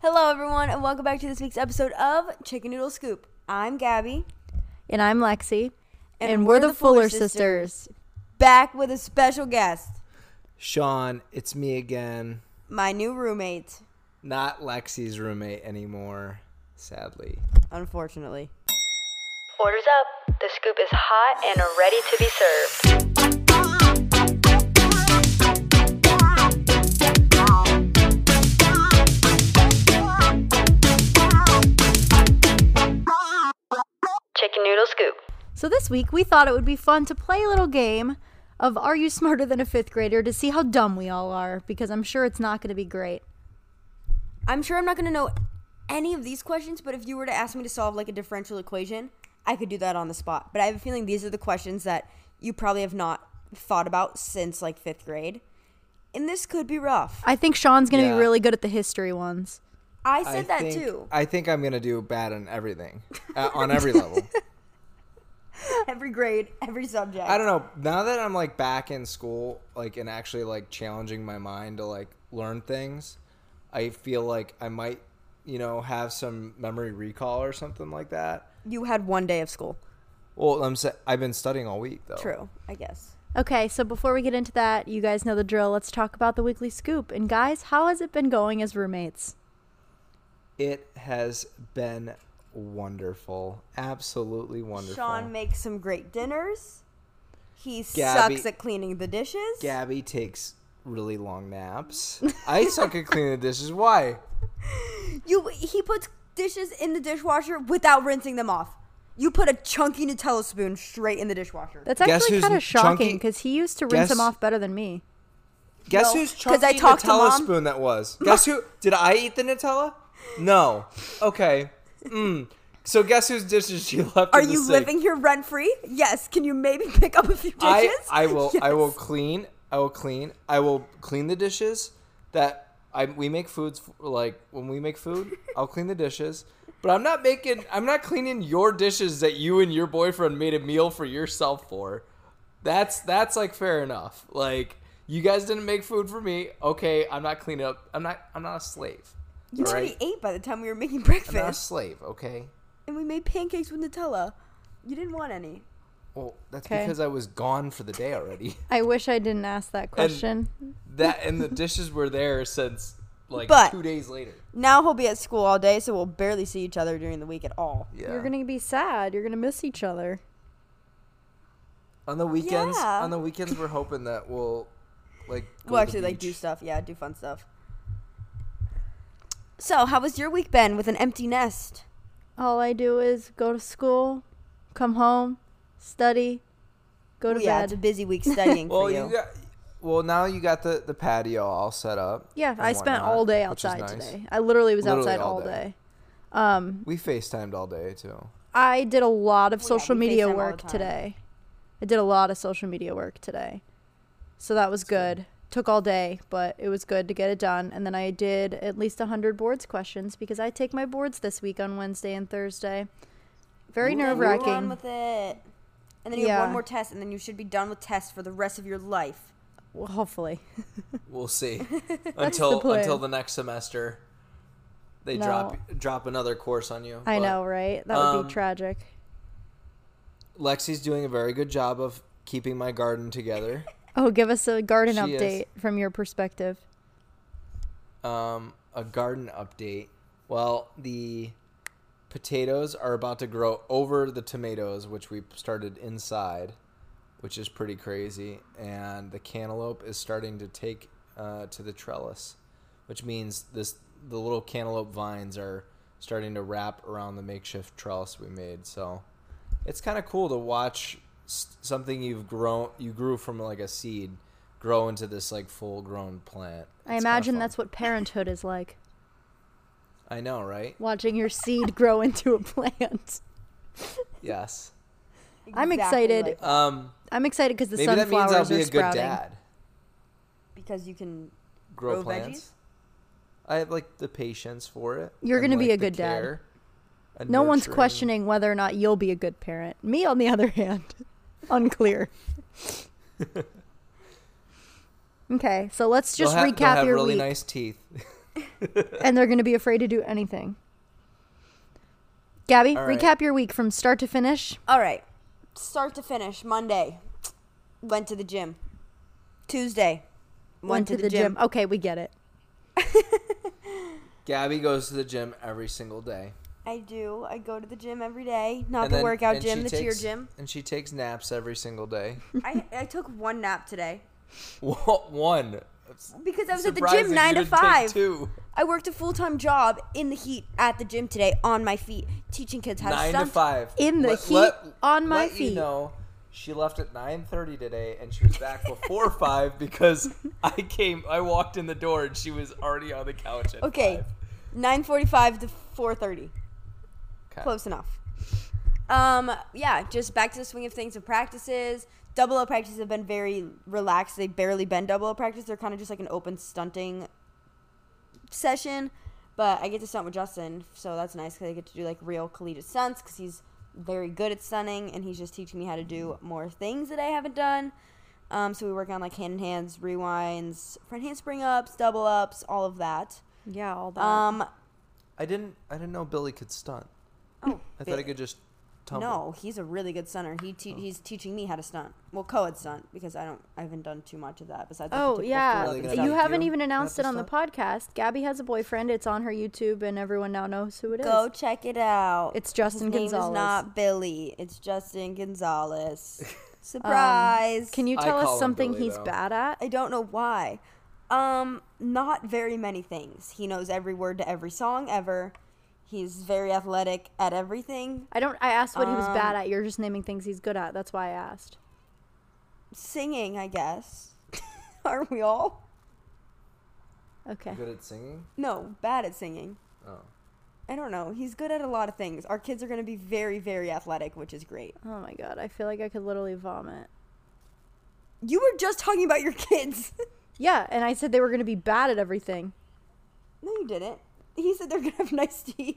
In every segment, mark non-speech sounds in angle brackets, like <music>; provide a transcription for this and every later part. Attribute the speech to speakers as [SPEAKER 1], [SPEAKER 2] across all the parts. [SPEAKER 1] Hello, everyone, and welcome back to this week's episode of Chicken Noodle Scoop. I'm Gabby,
[SPEAKER 2] And I'm Lexi. And, we're, the Fuller Sisters.
[SPEAKER 1] back with a special guest,
[SPEAKER 3] Sean, it's me again.
[SPEAKER 1] my new roommate,
[SPEAKER 3] Not Lexi's roommate anymore, sadly.
[SPEAKER 1] unfortunately.
[SPEAKER 4] Orders up. The scoop is hot and ready to be served. Chicken noodle scoop.
[SPEAKER 2] So this week we thought it would be fun to play a little game of Are You Smarter Than a Fifth Grader to see how dumb we all are, because I'm sure it's not going to be great.
[SPEAKER 1] I'm sure I'm not going to know any of these questions, but if you were to ask me to solve like a differential equation, I could do that on the spot. But I have a feeling these are the questions that you probably have not thought about since like fifth grade. And this could be rough.
[SPEAKER 2] I think Sean's going to
[SPEAKER 3] Yeah.
[SPEAKER 2] be really good at the history ones.
[SPEAKER 1] I said that
[SPEAKER 3] think,
[SPEAKER 1] too.
[SPEAKER 3] I think I'm gonna do bad on everything, uh, on
[SPEAKER 1] <laughs>
[SPEAKER 3] every level.
[SPEAKER 1] Every grade, every subject.
[SPEAKER 3] I don't know. Now that I'm like back in school, like and actually like challenging my mind to like learn things, I feel like I might, you know, have some memory recall or something like that.
[SPEAKER 1] You had one day of school.
[SPEAKER 3] Well, I'm sa- I've been studying all week though.
[SPEAKER 1] True, I guess.
[SPEAKER 2] Okay, so before we get into that, you guys know the drill. Let's talk about the weekly scoop. And guys, how has it been going as roommates?
[SPEAKER 3] It has been wonderful, absolutely wonderful.
[SPEAKER 1] Sean makes some great dinners. He
[SPEAKER 3] Gabby-
[SPEAKER 1] sucks at cleaning the dishes.
[SPEAKER 3] Gabby takes really long
[SPEAKER 1] <laughs>
[SPEAKER 3] naps. I suck at cleaning the dishes. Why?
[SPEAKER 1] You he puts dishes in the dishwasher without rinsing them off. You put a chunky Nutella spoon straight in the dishwasher.
[SPEAKER 2] That's
[SPEAKER 3] Guess
[SPEAKER 2] actually
[SPEAKER 3] who's
[SPEAKER 2] kind of shocking
[SPEAKER 3] chunky-
[SPEAKER 2] because he used to rinse them
[SPEAKER 3] Guess-
[SPEAKER 2] off better than me.
[SPEAKER 3] Guess
[SPEAKER 1] No,
[SPEAKER 3] whose
[SPEAKER 1] 'cause
[SPEAKER 3] chunky
[SPEAKER 1] I talked to
[SPEAKER 3] Nutella
[SPEAKER 1] Mom.
[SPEAKER 3] spoon
[SPEAKER 1] <laughs>
[SPEAKER 3] that was? Guess who? Did I eat the Nutella? No. Okay. Mm. So guess whose dishes she <laughs> left?
[SPEAKER 1] Are
[SPEAKER 3] in the
[SPEAKER 1] you
[SPEAKER 3] sink?
[SPEAKER 1] living here rent free? Yes. Can you maybe <laughs> pick up a few dishes?
[SPEAKER 3] I I will I will clean. I will clean. I will clean the dishes that I we make foods f- like when we
[SPEAKER 1] <laughs>
[SPEAKER 3] make food. I'll clean the dishes. But I'm not making I'm not cleaning your dishes that you and your boyfriend made a meal for yourself for. That's that's like fair enough. Like you guys didn't make food for me. Okay, I'm not cleaning up. I'm not I'm not a slave.
[SPEAKER 1] You
[SPEAKER 3] all
[SPEAKER 1] already
[SPEAKER 3] right?
[SPEAKER 1] ate by the time we were making
[SPEAKER 3] I'm not a
[SPEAKER 1] breakfast,
[SPEAKER 3] slave, okay?
[SPEAKER 1] and we made pancakes with Nutella. You didn't want any.
[SPEAKER 3] Well, that's
[SPEAKER 2] Okay.
[SPEAKER 3] because I was gone for the day already. <laughs>
[SPEAKER 2] I wish I didn't ask that question.
[SPEAKER 3] That and the dishes were there since like
[SPEAKER 1] But-
[SPEAKER 3] two days later.
[SPEAKER 1] Now he'll be at school all day, so we'll barely see each other during the week at all.
[SPEAKER 3] Yeah.
[SPEAKER 2] You're going to be sad. You're going to miss each other.
[SPEAKER 3] on the weekends.
[SPEAKER 1] Yeah.
[SPEAKER 3] On the weekends, we're hoping that we'll like. go
[SPEAKER 1] We'll
[SPEAKER 3] to
[SPEAKER 1] actually
[SPEAKER 3] the
[SPEAKER 1] like do
[SPEAKER 3] beach.
[SPEAKER 1] stuff. Yeah, do fun stuff. So, how was your week been with an empty nest?
[SPEAKER 2] All I do is go to school, come home, study, go to
[SPEAKER 1] yeah, it's a
[SPEAKER 2] bed.
[SPEAKER 1] busy week
[SPEAKER 3] <laughs>
[SPEAKER 1] studying
[SPEAKER 3] Well,
[SPEAKER 1] for
[SPEAKER 3] you.
[SPEAKER 1] you.
[SPEAKER 3] got. Well, now you got the the patio all set up.
[SPEAKER 2] Yeah,
[SPEAKER 3] and
[SPEAKER 2] I spent
[SPEAKER 3] whatnot,
[SPEAKER 2] all day
[SPEAKER 3] which is
[SPEAKER 2] outside
[SPEAKER 3] nice.
[SPEAKER 2] today. I literally was
[SPEAKER 3] Literally
[SPEAKER 2] outside all
[SPEAKER 3] all
[SPEAKER 2] day.
[SPEAKER 3] day.
[SPEAKER 2] Um,
[SPEAKER 3] We Facetimed all day too.
[SPEAKER 2] I did a lot of
[SPEAKER 1] Well, yeah,
[SPEAKER 2] social
[SPEAKER 1] we
[SPEAKER 2] media
[SPEAKER 1] FaceTime all the
[SPEAKER 2] work
[SPEAKER 1] time.
[SPEAKER 2] today. I did a lot of social media work today. So that was good. Took all day, but it was good to get it done. And then I did at least 100 boards questions because I take my boards this week on Wednesday and Thursday. Very nerve
[SPEAKER 1] Run
[SPEAKER 2] wracking.
[SPEAKER 1] with it. And then you have
[SPEAKER 2] Yeah.
[SPEAKER 1] one more test, and then you should be done with tests for the rest of your life.
[SPEAKER 2] Well,
[SPEAKER 3] <laughs>
[SPEAKER 2] hopefully. <laughs>
[SPEAKER 3] We'll see.
[SPEAKER 2] the
[SPEAKER 3] until
[SPEAKER 2] plan.
[SPEAKER 3] until the next semester, they
[SPEAKER 2] No.
[SPEAKER 3] drop drop another course on you.
[SPEAKER 2] I
[SPEAKER 3] but-
[SPEAKER 2] know, right? That would
[SPEAKER 3] um,
[SPEAKER 2] be tragic.
[SPEAKER 3] Lexi's doing a very good job of keeping my garden together.
[SPEAKER 2] Oh, give us a garden
[SPEAKER 3] She is.
[SPEAKER 2] update from your perspective.
[SPEAKER 3] um, a garden update. Well, the potatoes are about to grow over the tomatoes, which we started inside, which is pretty crazy. And the cantaloupe is starting to take uh, to the trellis, which means this the little cantaloupe vines are starting to wrap around the makeshift trellis we made. So it's kind of cool to watch s- something you've grown you grew from like a seed grow into this like full grown plant.
[SPEAKER 2] I imagine that's what parenthood is like.
[SPEAKER 3] I know, right?
[SPEAKER 2] Watching your seed grow into a plant.
[SPEAKER 3] Yes.
[SPEAKER 2] I'm
[SPEAKER 1] Exactly
[SPEAKER 2] excited.
[SPEAKER 1] like that,
[SPEAKER 3] Um,
[SPEAKER 2] I'm excited because the
[SPEAKER 3] maybe that
[SPEAKER 2] sunflowers
[SPEAKER 3] means I'll be
[SPEAKER 2] are
[SPEAKER 3] a good
[SPEAKER 2] sprouting.
[SPEAKER 3] dad.
[SPEAKER 1] because you can. Grow
[SPEAKER 3] Grow, plants. I have like the patience for it.
[SPEAKER 2] You're
[SPEAKER 3] and,
[SPEAKER 2] gonna be
[SPEAKER 3] like,
[SPEAKER 2] a
[SPEAKER 3] the
[SPEAKER 2] good dad.
[SPEAKER 3] care and
[SPEAKER 2] No one's
[SPEAKER 3] nurturing.
[SPEAKER 2] questioning whether or not you'll be a good parent. Me, on the other hand, <laughs>
[SPEAKER 3] <laughs>
[SPEAKER 2] unclear. okay, so let's just
[SPEAKER 3] they'll ha- they'll
[SPEAKER 2] recap
[SPEAKER 3] have
[SPEAKER 2] your
[SPEAKER 3] really
[SPEAKER 2] week,
[SPEAKER 3] nice teeth. <laughs>
[SPEAKER 2] and they're going to be afraid to do anything. Gabby,
[SPEAKER 3] All right.
[SPEAKER 2] recap your week from start to finish.
[SPEAKER 1] All right. Start to finish. Monday, went to the gym. Tuesday, went, to, the, gym.
[SPEAKER 2] Okay, we get it.
[SPEAKER 3] Gabby goes to the gym every single day.
[SPEAKER 1] I do. I go to the gym every day. Not
[SPEAKER 3] And
[SPEAKER 1] the
[SPEAKER 3] then-
[SPEAKER 1] workout
[SPEAKER 3] and
[SPEAKER 1] gym,
[SPEAKER 3] she
[SPEAKER 1] the cheer
[SPEAKER 2] <laughs>
[SPEAKER 3] takes-
[SPEAKER 1] gym.
[SPEAKER 3] And she takes naps every single day. <laughs>
[SPEAKER 1] I, I took one nap today
[SPEAKER 3] What one?
[SPEAKER 1] because I was at the
[SPEAKER 3] Surprising,
[SPEAKER 1] gym
[SPEAKER 3] you
[SPEAKER 1] nine to
[SPEAKER 3] didn't take
[SPEAKER 1] five.
[SPEAKER 3] Two.
[SPEAKER 1] I worked a full time job in the heat at the gym today on my feet, teaching kids how
[SPEAKER 3] Nine
[SPEAKER 1] to
[SPEAKER 3] to
[SPEAKER 1] stunt.
[SPEAKER 3] five.
[SPEAKER 2] In the heat, on my
[SPEAKER 3] let You
[SPEAKER 2] feet.
[SPEAKER 3] know, she left at nine thirty today, and she
[SPEAKER 1] <laughs>
[SPEAKER 3] was back before five because I came. I walked in the door, and she was already on the couch. At
[SPEAKER 1] Okay, nine forty five to four thirty.
[SPEAKER 3] Okay.
[SPEAKER 1] Close enough. Um, yeah, just back to the swing of things of practices. Double O practices have been very relaxed. They've barely been double O practice. They're kind of just like an open stunting session. But I get to stunt with Justin, so that's nice because I get to do like real collegiate stunts because he's very good at stunting and he's just teaching me how to do more things that I haven't done. Um, so we work on like hand in hands, rewinds, front handspring ups, double ups, all of that.
[SPEAKER 2] Yeah, all that.
[SPEAKER 1] Um,
[SPEAKER 3] I didn't. I didn't know Billy could stunt.
[SPEAKER 1] oh,
[SPEAKER 3] I thought I could just tumble.
[SPEAKER 1] No, he's a really good stunner. He te- he's teaching me how to stunt. Well, co-ed stunt because I don't I haven't done too much of that besides. like, the
[SPEAKER 2] oh
[SPEAKER 1] typical
[SPEAKER 2] yeah,
[SPEAKER 1] full
[SPEAKER 3] Are they
[SPEAKER 1] up
[SPEAKER 3] gonna
[SPEAKER 1] and
[SPEAKER 2] you
[SPEAKER 3] make
[SPEAKER 1] stuff.
[SPEAKER 2] haven't
[SPEAKER 3] you
[SPEAKER 2] even announced it on
[SPEAKER 3] have to
[SPEAKER 2] the podcast. Gabby has a boyfriend. It's on her YouTube, and everyone now knows who it is.
[SPEAKER 1] Go check it out.
[SPEAKER 2] It's
[SPEAKER 1] His
[SPEAKER 2] Justin
[SPEAKER 1] name
[SPEAKER 2] Gonzalez.
[SPEAKER 1] Is not Billy. It's Justin Gonzalez. Surprise!
[SPEAKER 2] Can you
[SPEAKER 3] I
[SPEAKER 2] tell us
[SPEAKER 3] call him
[SPEAKER 2] something
[SPEAKER 3] Billy,
[SPEAKER 2] he's
[SPEAKER 3] though.
[SPEAKER 2] bad at?
[SPEAKER 1] I don't know why. Um, not very many things. He knows every word to every song ever. He's very athletic at everything.
[SPEAKER 2] I don't. I asked what he was bad
[SPEAKER 3] Um,
[SPEAKER 2] at. You're just naming things he's good at. That's why I asked.
[SPEAKER 1] Singing, I guess. <laughs> Aren't we all?
[SPEAKER 2] Okay.
[SPEAKER 3] Good at singing.
[SPEAKER 1] No, bad at singing.
[SPEAKER 3] Oh.
[SPEAKER 1] I don't know. He's good at a lot of things. Our kids are going to be very, very athletic, which is great.
[SPEAKER 2] Oh my god, I feel like I could literally vomit.
[SPEAKER 1] You were just talking about your kids. <laughs>
[SPEAKER 2] Yeah, and I said they were gonna be bad at everything.
[SPEAKER 1] no, you didn't. He said they're going to have nice teeth.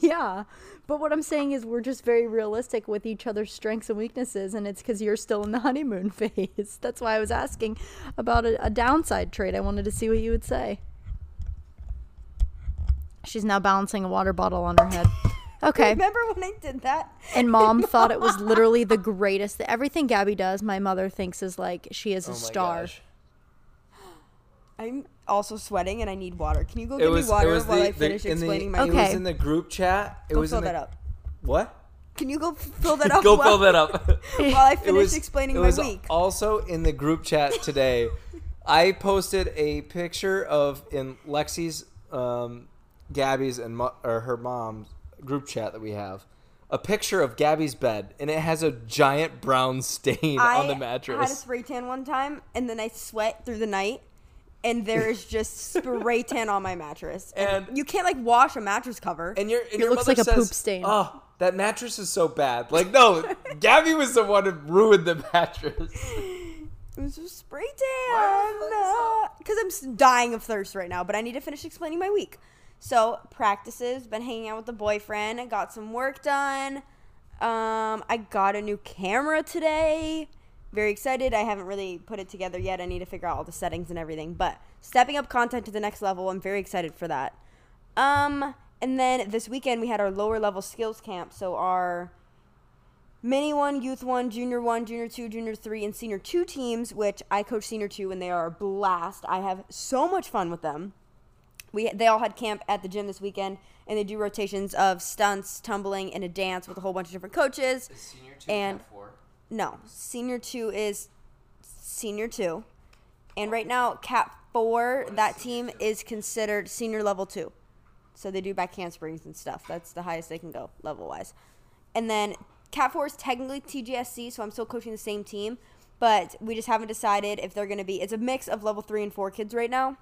[SPEAKER 1] <laughs>
[SPEAKER 2] <laughs> yeah, but what I'm saying is we're just very realistic with each other's strengths and weaknesses, and it's because you're still in the <laughs> honeymoon phase. <laughs> That's why I was asking about a, a downside trait. I wanted to see what you would say. She's now balancing a water bottle on her head. Okay.
[SPEAKER 1] Remember when I did that?
[SPEAKER 2] And mom thought it was literally the greatest. That everything Gabby does, my mother thinks is like she is a
[SPEAKER 3] oh my
[SPEAKER 2] star.
[SPEAKER 3] gosh.
[SPEAKER 1] I'm also sweating and I need water. Can you go
[SPEAKER 3] It
[SPEAKER 1] give
[SPEAKER 3] was.
[SPEAKER 1] me water
[SPEAKER 3] it was
[SPEAKER 1] while
[SPEAKER 3] the,
[SPEAKER 1] I finish
[SPEAKER 3] the, in the-
[SPEAKER 1] explaining
[SPEAKER 3] It
[SPEAKER 1] my
[SPEAKER 2] Okay.
[SPEAKER 3] was in the group chat. It
[SPEAKER 1] Go
[SPEAKER 3] was
[SPEAKER 1] fill
[SPEAKER 3] in the,
[SPEAKER 1] that up.
[SPEAKER 3] What?
[SPEAKER 1] Can you <laughs> go f- fill
[SPEAKER 3] <laughs>
[SPEAKER 1] that up?
[SPEAKER 3] Go
[SPEAKER 1] while,
[SPEAKER 3] fill that up.
[SPEAKER 1] <laughs> While I
[SPEAKER 3] It
[SPEAKER 1] finish
[SPEAKER 3] was-
[SPEAKER 1] explaining
[SPEAKER 3] it
[SPEAKER 1] my
[SPEAKER 3] was
[SPEAKER 1] week.
[SPEAKER 3] Also in the group chat
[SPEAKER 1] <laughs>
[SPEAKER 3] today, I posted a picture of in Lexi's, um, Gabby's, and mo- or her mom's group chat that we have. A picture of Gabby's bed, and it has a giant brown stain on the
[SPEAKER 1] I had a
[SPEAKER 3] mattress.
[SPEAKER 1] spray tan one time and then I sweat through the night. And there is just
[SPEAKER 3] <laughs>
[SPEAKER 1] spray tan on my mattress. And,
[SPEAKER 3] And-
[SPEAKER 1] you can't like wash a mattress cover.
[SPEAKER 3] and your and
[SPEAKER 2] It
[SPEAKER 3] your
[SPEAKER 2] looks
[SPEAKER 3] mother
[SPEAKER 2] like a poop
[SPEAKER 3] says,
[SPEAKER 2] stain.
[SPEAKER 3] Oh, that mattress is so bad.
[SPEAKER 1] <laughs>
[SPEAKER 3] Like no, Gabby was the one who ruined the mattress.
[SPEAKER 1] It was just spray
[SPEAKER 3] Why the fuck is
[SPEAKER 1] tan. Because I'm s- dying of thirst right now, but I need to finish explaining my week. So, practices, been hanging out with the boyfriend, I got some work done. Um, I got a new camera today. Very excited. I haven't really put it together yet. I need to figure out all the settings and everything, but stepping up content to the next level. I'm very excited for that. Um, and then this weekend we had our lower level skills camp, so our mini one, youth one, junior one, junior two, junior three, and senior two teams, which I coach senior two, and they are a blast. I have so much fun with them. We they all had camp at the gym this weekend, and they do rotations of stunts, tumbling, and a dance with a whole bunch of different coaches.
[SPEAKER 3] Senior two
[SPEAKER 1] And- No, senior two is senior two, and right now cat four that team is considered senior level two. So they do back hand springs and stuff. That's the highest they can go level wise. And then Cat 4 is technically TGSC, so I'm still coaching the same team, but we just haven't decided if they're going to be. It's a mix of level 3 and 4 kids right now.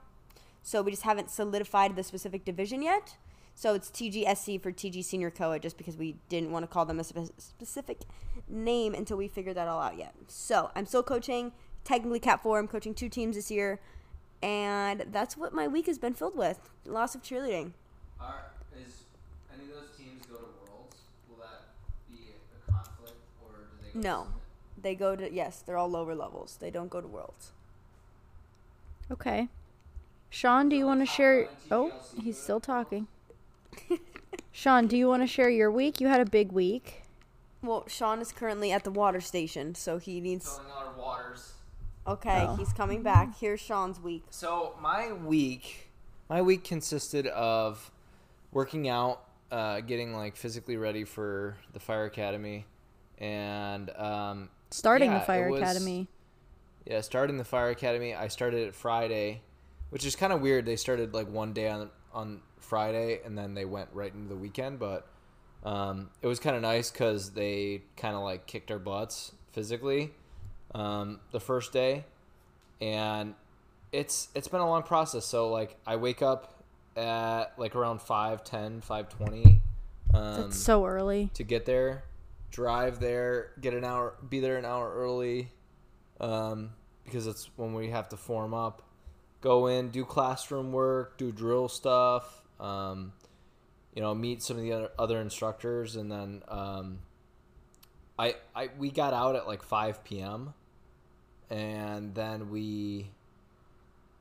[SPEAKER 1] So we just haven't solidified the specific division yet. So it's TGSC for TG Senior Coed just because we didn't want to call them a spe- specific name until we figured that all out yet. So I'm still coaching, technically Cat 4. I'm coaching two teams this year. And that's what my week has been filled with lots of cheerleading.
[SPEAKER 3] Are, is any of those teams go to Worlds? Will that be a conflict, or do they? Go
[SPEAKER 1] No. They go to, yes, they're all lower levels. They don't go to Worlds.
[SPEAKER 2] Okay. Sean, do you want to share? Oh, he's still talking. Sean, do you want to share your week? You had a big week.
[SPEAKER 1] Well, Sean is currently at the water station, so he needs.
[SPEAKER 3] Filling our waters.
[SPEAKER 1] Okay, he's coming back. Here's Sean's week.
[SPEAKER 3] So my week, my week consisted of working out, uh, getting like physically ready for the fire academy, and um,
[SPEAKER 2] Starting
[SPEAKER 3] yeah,
[SPEAKER 2] the
[SPEAKER 3] it
[SPEAKER 2] fire
[SPEAKER 3] was-
[SPEAKER 2] academy.
[SPEAKER 3] Yeah, starting the fire academy. I started it Friday, which is kind of weird. They started like one day on on Friday, and then they went right into the weekend. But um, it was kind of nice because they kind of like kicked our butts physically um, the first day, and it's it's been a long process. So like I wake up at like around 5, 10, 5, 20. Um,
[SPEAKER 2] That's so early.
[SPEAKER 3] to get there, drive there, get an hour, be there an hour early, um, because that's when we have to form up. Go in, do classroom work, do drill stuff, um, you know, meet some of the other, other instructors, and then um, I, I we got out at like 5 p.m. and then we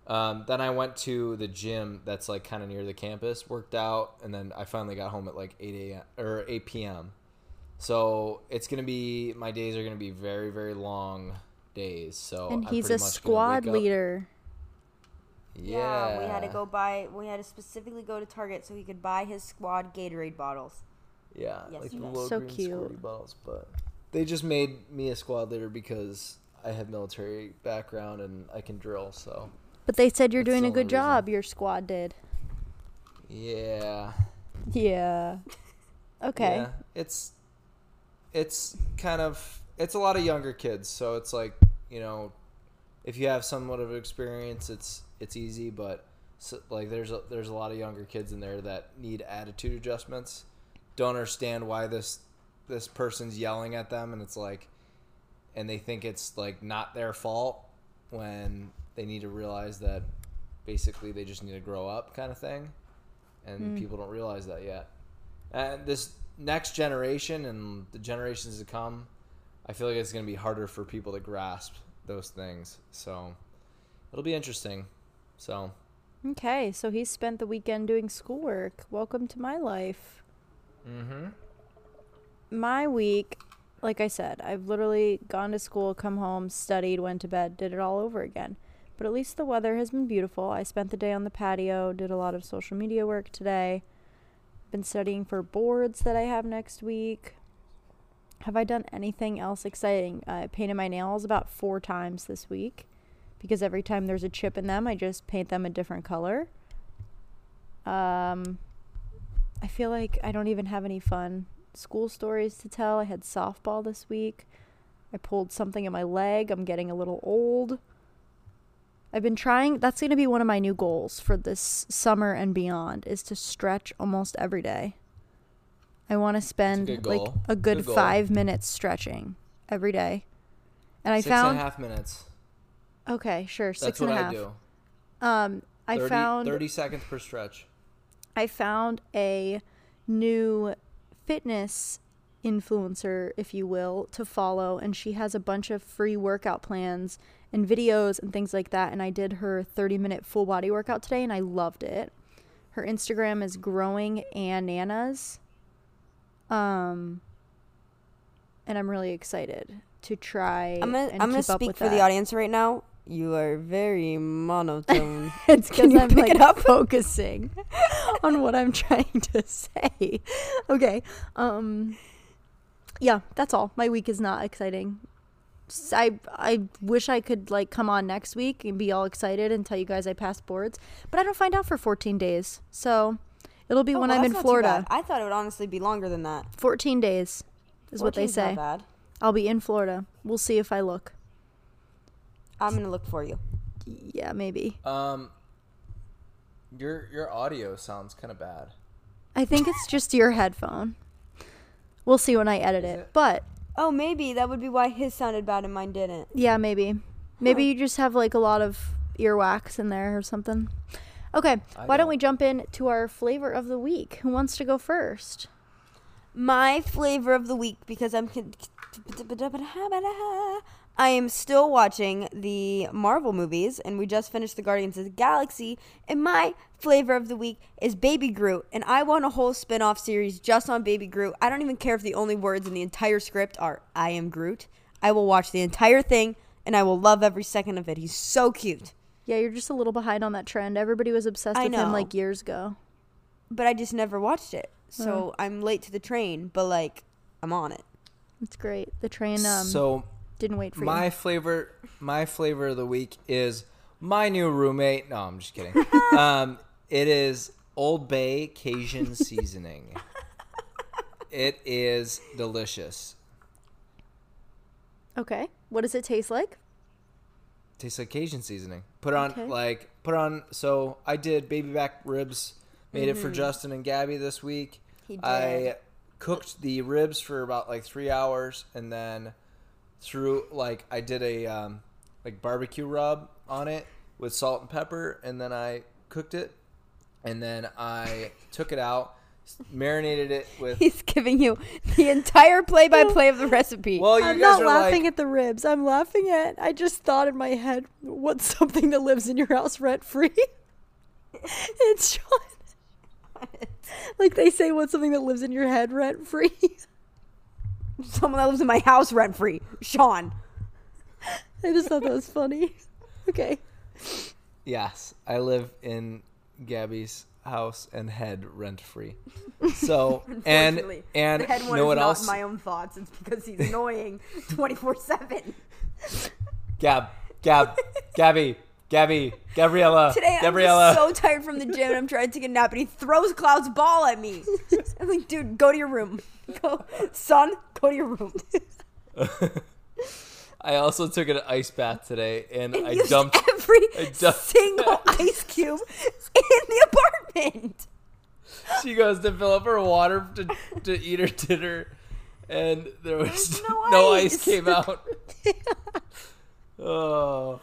[SPEAKER 3] um, then I went to the gym that's like kind of near the campus, worked out, and then I finally got home at like 8 a.m. or 8 p.m. So it's gonna be my days are gonna be very very long days. So
[SPEAKER 2] And
[SPEAKER 3] I'm
[SPEAKER 2] he's
[SPEAKER 3] pretty
[SPEAKER 2] a
[SPEAKER 3] much gonna
[SPEAKER 2] squad
[SPEAKER 3] wake up-
[SPEAKER 2] leader.
[SPEAKER 3] Yeah,
[SPEAKER 1] we had to go buy. We had to specifically go to Target so he could buy his squad Gatorade bottles.
[SPEAKER 3] Yeah,
[SPEAKER 1] Yes,
[SPEAKER 3] like the
[SPEAKER 1] yes.
[SPEAKER 3] little
[SPEAKER 2] So
[SPEAKER 3] green
[SPEAKER 2] cute.
[SPEAKER 3] squirty balls, but they just made me a squad leader because I have military background and I can drill. So
[SPEAKER 2] But they said you're
[SPEAKER 3] That's
[SPEAKER 2] doing
[SPEAKER 3] the
[SPEAKER 2] a good
[SPEAKER 3] only reason.
[SPEAKER 2] job. Your squad did.
[SPEAKER 3] yeah,
[SPEAKER 2] Yeah. Okay.
[SPEAKER 3] yeah, it's it's kind of it's a lot of younger kids, so it's like you know, if you have somewhat of experience, it's it's easy, but so, like there's a, there's a lot of younger kids in there that need attitude adjustments, don't understand why this this person's yelling at them, and it's like, and they think it's like not their fault when they need to realize that basically they just need to grow up kind of thing, and people don't realize that yet and Uh, this next generation and the generations to come, I feel like it's going to be harder for people to grasp those things. So it'll be interesting. So
[SPEAKER 2] Okay. So he spent the weekend doing schoolwork. Welcome to my life. Mm-hmm. My week, like I said, I've literally gone to school, come home, studied, went to bed, did it all over again. But at least the weather has been beautiful. I spent the day on the patio, did a lot of social media work today. Been studying for boards that I have next week. Have I done anything else exciting? I painted my nails about four times this week because every time there's a chip in them, I just paint them a different color. Um, I feel like I don't even have any fun school stories to tell. I had softball this week. I pulled something in my leg. I'm getting a little old. I've been trying. That's going to be one of my new goals for this summer and beyond is to stretch almost every day. I want to spend
[SPEAKER 3] good
[SPEAKER 2] like
[SPEAKER 3] goal.
[SPEAKER 2] a good,
[SPEAKER 3] Good goal.
[SPEAKER 2] 5 minutes stretching every day. And I
[SPEAKER 3] six and a half
[SPEAKER 2] found
[SPEAKER 3] minutes.
[SPEAKER 2] Okay, sure.
[SPEAKER 3] That's
[SPEAKER 2] Six
[SPEAKER 3] what
[SPEAKER 2] and a
[SPEAKER 3] I
[SPEAKER 2] half.
[SPEAKER 3] do.
[SPEAKER 2] Um, I
[SPEAKER 3] 30,
[SPEAKER 2] found
[SPEAKER 3] 30 seconds per stretch.
[SPEAKER 2] I found a new fitness influencer, if you will, to follow, and she has a bunch of free workout plans and videos and things like that. And I did her 30 minute full body workout today, and I loved it. Her Instagram is growing and nanas. Um, and I'm really excited to try.
[SPEAKER 1] I'm gonna
[SPEAKER 2] and
[SPEAKER 1] I'm gonna
[SPEAKER 2] keep up
[SPEAKER 1] speak
[SPEAKER 2] with
[SPEAKER 1] for
[SPEAKER 2] that.
[SPEAKER 1] the audience right now. You are very
[SPEAKER 2] <laughs>
[SPEAKER 1] monotone.
[SPEAKER 2] It's
[SPEAKER 1] Can
[SPEAKER 2] because
[SPEAKER 1] you
[SPEAKER 2] I'm
[SPEAKER 1] pick
[SPEAKER 2] like
[SPEAKER 1] it up?
[SPEAKER 2] <laughs> focusing on what I'm trying to say. Okay. Um. Yeah, that's all. My week is not exciting. S- I I wish I could like come on next week and be all excited and tell you guys I passed boards, but I don't find out for 14 days. So it'll be
[SPEAKER 1] Oh,
[SPEAKER 2] when
[SPEAKER 1] well,
[SPEAKER 2] I'm
[SPEAKER 1] that's
[SPEAKER 2] in
[SPEAKER 1] not too
[SPEAKER 2] Florida.
[SPEAKER 1] bad. I thought it would honestly be longer than that.
[SPEAKER 2] 14 days is what they
[SPEAKER 1] 14's not
[SPEAKER 2] say.
[SPEAKER 1] bad.
[SPEAKER 2] I'll be in Florida. We'll see if I look.
[SPEAKER 1] I'm gonna look for you. Uh,
[SPEAKER 2] Yeah, maybe.
[SPEAKER 3] Um, your your audio sounds kind of bad.
[SPEAKER 2] I think it's just your headphone. We'll see when I edit it. But
[SPEAKER 1] Oh, maybe that would be why his sounded bad and mine didn't.
[SPEAKER 2] yeah, maybe. Maybe you just have like a lot of earwax in there or something. Okay, why don't
[SPEAKER 3] don't.
[SPEAKER 2] we jump in to our flavor of the week? Who wants to go first?
[SPEAKER 1] My flavor of the week because I'm con- I am still watching the Marvel movies and we just finished the Guardians of the Galaxy and my flavor of the week is Baby Groot and I want a whole spin-off series just on Baby Groot. I don't even care if the only words in the entire script are I am Groot. I will watch the entire thing and I will love every second of it. He's so cute.
[SPEAKER 2] Yeah, you're just a little behind on that trend. Everybody was obsessed
[SPEAKER 1] I
[SPEAKER 2] with him
[SPEAKER 1] know.
[SPEAKER 2] like years ago.
[SPEAKER 1] But I just never watched it. So I'm late to the train, but like I'm on it.
[SPEAKER 2] It's great. The train um,
[SPEAKER 3] so
[SPEAKER 2] didn't wait for you.
[SPEAKER 3] my flavor, my flavor of the week is my new roommate. No, I'm just kidding.
[SPEAKER 2] <laughs>
[SPEAKER 3] um, it is Old Bay
[SPEAKER 2] <laughs>
[SPEAKER 3] Cajun seasoning. it is delicious.
[SPEAKER 2] Okay. What does it taste like?
[SPEAKER 3] tastes like Cajun seasoning. Put on
[SPEAKER 2] Okay.
[SPEAKER 3] like put on. So I did baby back ribs. Made
[SPEAKER 2] Mm-hmm.
[SPEAKER 3] it for Justin and Gabby this week.
[SPEAKER 1] He
[SPEAKER 3] I
[SPEAKER 1] did.
[SPEAKER 3] cooked the ribs for about like three hours, and then through like I did a um, like barbecue rub on it with salt and pepper, and then I cooked it, and then I took it out, s- marinated it
[SPEAKER 2] <laughs>
[SPEAKER 3] with.
[SPEAKER 1] He's giving you the entire play by play <laughs> of the recipe.
[SPEAKER 3] Well, you
[SPEAKER 2] I'm
[SPEAKER 3] guys
[SPEAKER 2] not
[SPEAKER 3] are
[SPEAKER 2] laughing
[SPEAKER 3] like,
[SPEAKER 2] at the ribs. I'm laughing at. I just thought in my head, what's <laughs> something that lives in your house rent free? <laughs> it's Sean. <laughs> Like they say, what's something that lives in your head rent free? <laughs>
[SPEAKER 1] Someone that lives in my house rent free. Sean.
[SPEAKER 2] I just thought that was funny. <laughs> Okay.
[SPEAKER 3] Yes, I live in Gabby's house and head
[SPEAKER 1] <laughs>
[SPEAKER 3] rent free. So and and
[SPEAKER 1] the head one
[SPEAKER 3] know
[SPEAKER 1] is
[SPEAKER 3] what
[SPEAKER 1] not
[SPEAKER 3] else?
[SPEAKER 1] my own thoughts. It's because he's <laughs> annoying twenty four seven.
[SPEAKER 3] Gab, Gab,
[SPEAKER 1] <laughs>
[SPEAKER 3] Gabby, Gabby, Gabriella,
[SPEAKER 1] Today
[SPEAKER 3] Gabriella.
[SPEAKER 1] I'm just so <laughs> tired from the gym and I'm trying to take a nap and he throws Cloud's ball at me. I'm like, dude, go to your room. Go son, go to your <laughs> room.
[SPEAKER 3] I also took an ice bath today, and,
[SPEAKER 1] And
[SPEAKER 3] I
[SPEAKER 1] used
[SPEAKER 3] dumped.
[SPEAKER 1] every
[SPEAKER 3] I
[SPEAKER 1] <laughs>
[SPEAKER 3] dumped-
[SPEAKER 1] single ice cube in the apartment. <laughs>
[SPEAKER 3] <laughs> she goes to fill up her water to, to eat her dinner, and there was
[SPEAKER 1] There's
[SPEAKER 3] <laughs>
[SPEAKER 1] no
[SPEAKER 3] ice.
[SPEAKER 1] ice. <laughs>
[SPEAKER 3] came out. oh.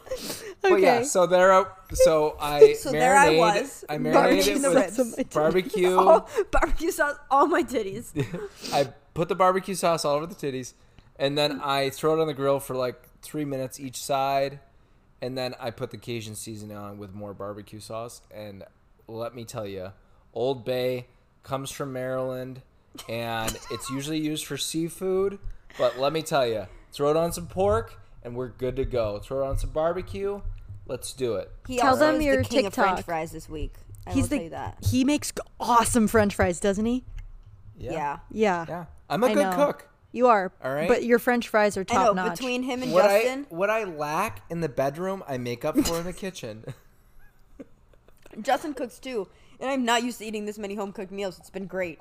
[SPEAKER 3] But
[SPEAKER 2] Okay.
[SPEAKER 3] yeah, so there I so
[SPEAKER 1] <laughs>
[SPEAKER 3] I
[SPEAKER 1] So there I
[SPEAKER 3] marinated
[SPEAKER 1] was,
[SPEAKER 3] I marinated
[SPEAKER 1] barbecuing the ribs.
[SPEAKER 3] it with barbecue.
[SPEAKER 1] All barbecue sauce, all my <laughs> titties.
[SPEAKER 3] I put the barbecue sauce all over the titties, and then I throw it on the grill for like three minutes each side, and then I put the Cajun seasoning on with more barbecue sauce. And let me tell you, Old Bay comes from Maryland, and it's usually used for seafood. But let me tell you, throw it on some pork, and we're good to go. Throw it on some barbecue. Let's do it.
[SPEAKER 1] He
[SPEAKER 2] Tell
[SPEAKER 1] also
[SPEAKER 2] them
[SPEAKER 1] is
[SPEAKER 2] your
[SPEAKER 1] the king of
[SPEAKER 2] TikTok.
[SPEAKER 1] French fries this week. I will tell you that.
[SPEAKER 2] He makes g- awesome French fries, doesn't he?
[SPEAKER 3] Yeah.
[SPEAKER 1] Yeah.
[SPEAKER 2] Yeah.
[SPEAKER 3] Yeah. I'm a
[SPEAKER 2] I
[SPEAKER 3] good
[SPEAKER 2] know.
[SPEAKER 3] cook.
[SPEAKER 2] You are.
[SPEAKER 3] All right.
[SPEAKER 2] But your French fries are
[SPEAKER 1] I know.
[SPEAKER 2] top notch.
[SPEAKER 1] Between him and
[SPEAKER 3] What I,
[SPEAKER 1] Justin,
[SPEAKER 3] what I lack in the bedroom, I make up for in the kitchen.
[SPEAKER 1] Justin cooks too, and I'm not used to eating this many home cooked meals. It's been great.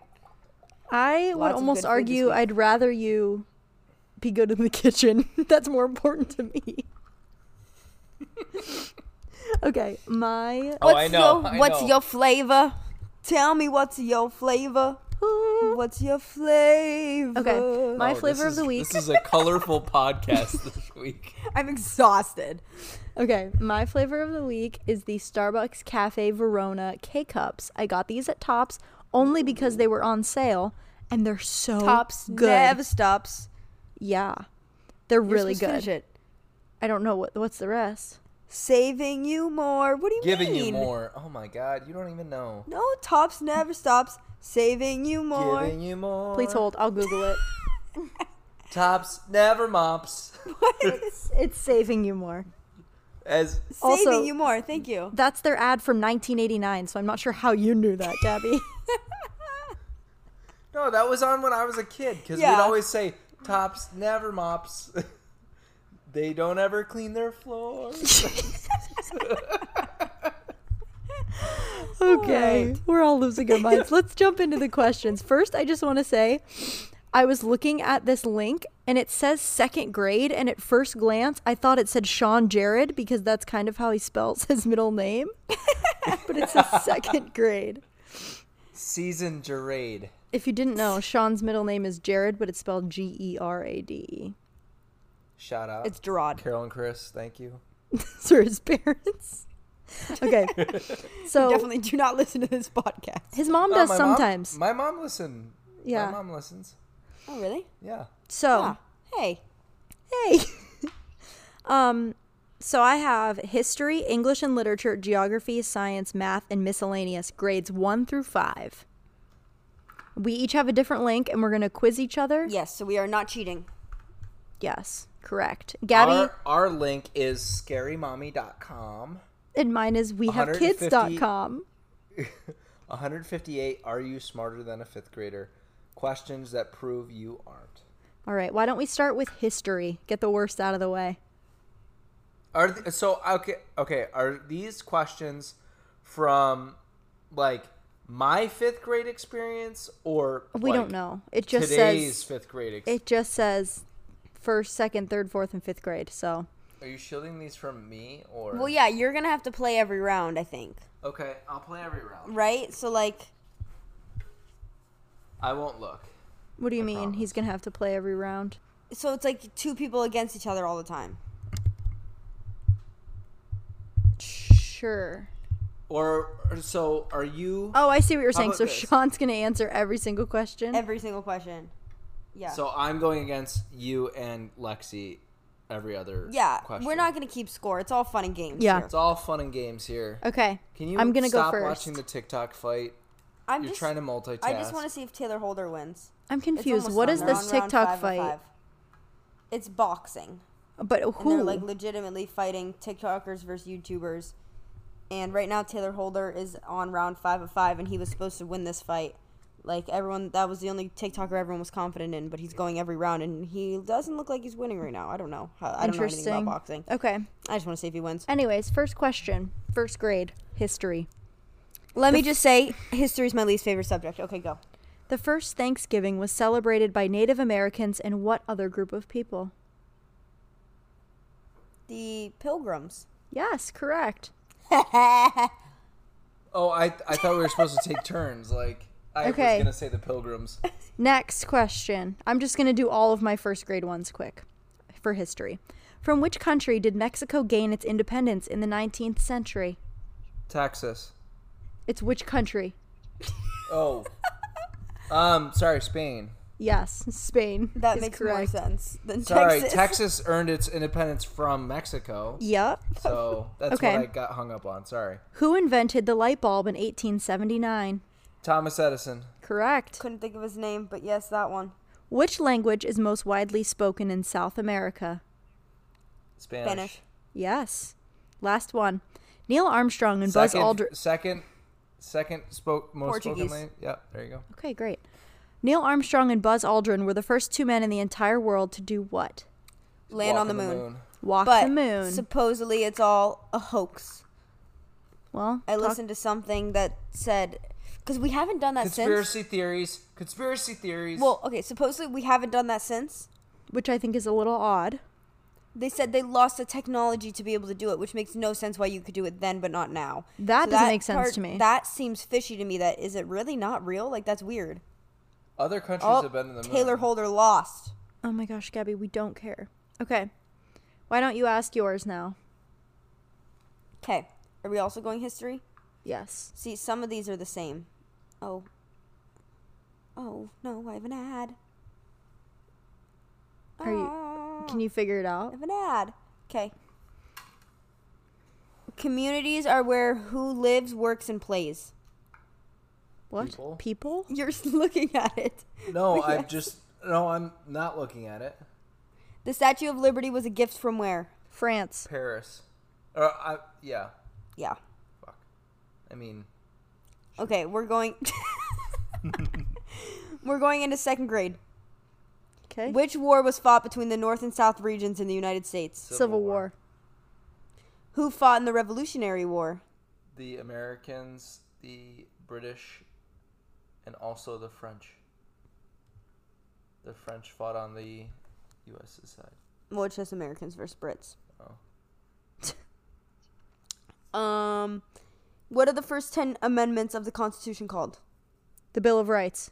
[SPEAKER 2] I
[SPEAKER 1] Lots of good
[SPEAKER 2] would
[SPEAKER 1] food
[SPEAKER 2] almost
[SPEAKER 1] this
[SPEAKER 2] argue
[SPEAKER 1] week.
[SPEAKER 2] I'd rather you be good in the kitchen. <laughs> That's more important to
[SPEAKER 3] <laughs>
[SPEAKER 2] me. okay, my
[SPEAKER 3] Oh, I know,
[SPEAKER 1] Your,
[SPEAKER 3] I
[SPEAKER 1] what's
[SPEAKER 3] know.
[SPEAKER 1] your flavor? Tell me what's your flavor. What's your flavor?
[SPEAKER 2] okay, my
[SPEAKER 3] Oh,
[SPEAKER 2] flavor
[SPEAKER 3] this
[SPEAKER 2] of the
[SPEAKER 3] is-
[SPEAKER 2] week.
[SPEAKER 3] This is a <laughs> colorful podcast this week.
[SPEAKER 1] I'm exhausted.
[SPEAKER 2] Okay, my flavor of the week is the Starbucks Cafe Verona K cups. I got these at Tops only because they were on sale, and they're so
[SPEAKER 1] Tops
[SPEAKER 2] good.
[SPEAKER 1] never stops.
[SPEAKER 2] Yeah, they're
[SPEAKER 1] You're
[SPEAKER 2] really
[SPEAKER 1] supposed to
[SPEAKER 2] good.
[SPEAKER 1] finish it.
[SPEAKER 2] I don't know what what's the rest.
[SPEAKER 1] Saving you more. What do you mean?
[SPEAKER 3] <laughs> Giving you more. Oh my god, you don't even know.
[SPEAKER 1] No, tops never stops. Saving you more.
[SPEAKER 3] Giving you more.
[SPEAKER 2] Please hold. I'll Google it.
[SPEAKER 3] Tops never mops.
[SPEAKER 2] it's, <laughs> it's saving you more.
[SPEAKER 3] As
[SPEAKER 1] Saving
[SPEAKER 2] Also-
[SPEAKER 1] you more. Thank you.
[SPEAKER 2] That's their ad from 1989, so I'm not sure how you knew that, Gabby. <laughs>
[SPEAKER 3] no, that was on when I was a kid because
[SPEAKER 1] Yeah.
[SPEAKER 3] we'd always say tops never mops. <laughs> they don't ever clean their floors.
[SPEAKER 2] okay, we're all losing our minds. Let's jump into the questions. First, I just want to say I was looking at this link and it says second grade, and at first glance, I thought it said Sean Jared because that's <laughs> kind of how he spells his middle name, but it says second grade.
[SPEAKER 3] Season Gerade.
[SPEAKER 2] If you didn't know, Sean's middle name is Jared, but it's spelled G E R A D E. <laughs>
[SPEAKER 3] Shout out.
[SPEAKER 1] It's Gerard.
[SPEAKER 3] Carol and Chris, thank you.
[SPEAKER 2] So his <laughs> parents. Okay. So
[SPEAKER 1] Definitely do not listen to this <laughs> podcast.
[SPEAKER 2] his mom
[SPEAKER 3] Oh,
[SPEAKER 2] does
[SPEAKER 3] my mom-
[SPEAKER 2] sometimes.
[SPEAKER 3] my mom listened.
[SPEAKER 2] Yeah.
[SPEAKER 3] My mom listens.
[SPEAKER 1] Oh, really?
[SPEAKER 3] Yeah.
[SPEAKER 2] so
[SPEAKER 1] Ah, hey.
[SPEAKER 2] hey. um so I have history, English and literature, geography, science, math, and miscellaneous grades 1 through 5. We each have a different link and we're going to quiz each other.
[SPEAKER 1] Yes, so we are not cheating.
[SPEAKER 2] Yes, correct. Gabby
[SPEAKER 3] Our, our link is scarymommy.com.
[SPEAKER 2] and mine is we have
[SPEAKER 3] 150
[SPEAKER 2] kids.com.
[SPEAKER 3] 158 Are you smarter than a fifth grader? Questions that prove you aren't.
[SPEAKER 2] All right, why don't we start with history? Get the worst out of the way.
[SPEAKER 3] Are th- so okay okay, are these questions from like my fifth grade experience or
[SPEAKER 2] We
[SPEAKER 3] like,
[SPEAKER 2] don't know. It just
[SPEAKER 3] today's
[SPEAKER 2] says
[SPEAKER 3] fifth grade experience?
[SPEAKER 2] it just says first, second, third, fourth, and fifth grade. So
[SPEAKER 3] Are you shielding these from me or
[SPEAKER 1] Well, yeah, you're going to have to play every round, I think.
[SPEAKER 3] Okay, I'll play every round.
[SPEAKER 1] Right? So, like,
[SPEAKER 3] I won't look.
[SPEAKER 2] what do you mean he's gonna have to play every round?
[SPEAKER 1] so it's like two people against each other all the time.
[SPEAKER 2] Sure.
[SPEAKER 3] Or, or so are you
[SPEAKER 2] Oh, I see what you're saying.
[SPEAKER 3] about
[SPEAKER 2] So
[SPEAKER 3] this?
[SPEAKER 2] Sean's gonna answer every single question.
[SPEAKER 1] Every single question. Yeah.
[SPEAKER 3] So I'm going against you and Lexi every other
[SPEAKER 1] yeah,
[SPEAKER 3] question.
[SPEAKER 1] we're not going to keep score. It's all fun and games.
[SPEAKER 2] Yeah.
[SPEAKER 1] here.
[SPEAKER 3] It's all fun and games here.
[SPEAKER 2] okay.
[SPEAKER 3] Can you
[SPEAKER 2] I'm gonna
[SPEAKER 3] stop
[SPEAKER 2] go first.
[SPEAKER 3] watching the TikTok fight?
[SPEAKER 1] I'm
[SPEAKER 3] You're
[SPEAKER 1] just,
[SPEAKER 3] trying to multitask.
[SPEAKER 1] I just want to see if Taylor Holder wins.
[SPEAKER 2] I'm
[SPEAKER 1] It's
[SPEAKER 2] confused.
[SPEAKER 1] almost
[SPEAKER 2] What
[SPEAKER 1] done.
[SPEAKER 2] is
[SPEAKER 1] They're on
[SPEAKER 2] this
[SPEAKER 1] round
[SPEAKER 2] TikTok
[SPEAKER 1] five of
[SPEAKER 2] fight?
[SPEAKER 1] five. It's boxing.
[SPEAKER 2] But
[SPEAKER 1] And
[SPEAKER 2] who?
[SPEAKER 1] they're like legitimately fighting TikTokers versus YouTubers. And right now Taylor Holder is on round five of five and he was supposed to win this fight. Like everyone that was the only TikToker everyone was confident in, but he's going every round and he doesn't look like he's winning right now. I don't know. How, I don't know anything
[SPEAKER 2] Interesting.
[SPEAKER 1] about boxing.
[SPEAKER 2] okay.
[SPEAKER 1] I just want to see if he wins.
[SPEAKER 2] Anyways, first question. First grade history.
[SPEAKER 1] Let me just say history is my least favorite subject. Okay, go.
[SPEAKER 2] The first Thanksgiving was celebrated by Native Americans and what other group of people?
[SPEAKER 1] The Pilgrims.
[SPEAKER 2] Yes, correct.
[SPEAKER 3] Oh, I I thought we were supposed
[SPEAKER 1] <laughs>
[SPEAKER 3] to take turns. Like I
[SPEAKER 2] Okay.
[SPEAKER 3] was gonna say the Pilgrims.
[SPEAKER 2] Next question. I'm just going to do all of my first grade ones quick for history. From which country did Mexico gain its independence in the 19th century?
[SPEAKER 3] Texas.
[SPEAKER 2] It's which country?
[SPEAKER 3] Oh. um. Sorry, Spain.
[SPEAKER 2] Yes, Spain.
[SPEAKER 1] That
[SPEAKER 2] is
[SPEAKER 1] makes
[SPEAKER 2] correct.
[SPEAKER 1] more sense than
[SPEAKER 3] Sorry,
[SPEAKER 1] Texas.
[SPEAKER 3] Texas. earned its independence from Mexico.
[SPEAKER 2] Yep.
[SPEAKER 3] So that's
[SPEAKER 2] Okay.
[SPEAKER 3] what I got hung up on. Sorry,
[SPEAKER 2] Who invented the light bulb in 1879?
[SPEAKER 3] Thomas Edison.
[SPEAKER 1] <laughs>
[SPEAKER 2] Correct.
[SPEAKER 1] Couldn't think of his name, but yes, that one.
[SPEAKER 2] Which language is most widely spoken in South America?
[SPEAKER 3] Spanish.
[SPEAKER 1] Spanish.
[SPEAKER 2] Yes. Last one. Neil Armstrong and Buzz
[SPEAKER 3] Second,
[SPEAKER 2] Aldrin.
[SPEAKER 3] second, second spoke most
[SPEAKER 1] Portuguese.
[SPEAKER 3] spoken. Lang- yeah, there you go.
[SPEAKER 2] Okay, great. Neil Armstrong and Buzz Aldrin were the first two men in the entire world to do what?
[SPEAKER 1] Land
[SPEAKER 3] Walk
[SPEAKER 1] on the moon.
[SPEAKER 2] Walk
[SPEAKER 1] But
[SPEAKER 2] the moon.
[SPEAKER 1] supposedly it's all a hoax.
[SPEAKER 2] well,
[SPEAKER 1] I
[SPEAKER 2] talk-
[SPEAKER 1] listened to something that said because we haven't done that since.
[SPEAKER 3] Conspiracy theories. Conspiracy theories.
[SPEAKER 1] Well, okay, supposedly we haven't done that since.
[SPEAKER 2] which I think is a little odd.
[SPEAKER 1] They said they lost the technology to be able to do it, which makes no sense why you could do it then but not now.
[SPEAKER 2] That doesn't make sense to me.
[SPEAKER 1] That seems fishy to me. That is it really not real? Like that's weird.
[SPEAKER 3] other countries
[SPEAKER 1] Oh,
[SPEAKER 3] have been to the moon.
[SPEAKER 1] Taylor Holder lost.
[SPEAKER 2] Oh my gosh, Gabby, we don't care. Okay. Why don't you ask yours now?
[SPEAKER 1] Okay, are we also going history?
[SPEAKER 2] Yes.
[SPEAKER 1] See, some of these are the same. Oh. Oh no, I have an ad.
[SPEAKER 2] Are you
[SPEAKER 1] Ah.
[SPEAKER 2] Can you figure it out?
[SPEAKER 1] of an ad. Okay. Communities are where who lives, works, and plays. <laughs>
[SPEAKER 2] What?
[SPEAKER 3] People?
[SPEAKER 2] People?
[SPEAKER 1] You're looking at it. <laughs>
[SPEAKER 3] No, I'm just no, I'm not looking at it.
[SPEAKER 1] The Statue of Liberty was a gift from where?
[SPEAKER 2] France.
[SPEAKER 3] Paris. Or I yeah.
[SPEAKER 1] Yeah.
[SPEAKER 3] Fuck. I mean,
[SPEAKER 1] Okay, we're going. <laughs> we're going into second grade.
[SPEAKER 2] Okay.
[SPEAKER 1] Which war was fought between the North and South regions in the United States?
[SPEAKER 2] Civil War.
[SPEAKER 1] Who fought in the Revolutionary War?
[SPEAKER 3] the Americans, the British, and also the French. The French fought on the U.S. side.
[SPEAKER 1] Well, it's just Americans versus Brits.
[SPEAKER 3] Oh.
[SPEAKER 1] <laughs> Um, what are the first ten amendments of the Constitution called?
[SPEAKER 2] The Bill of Rights.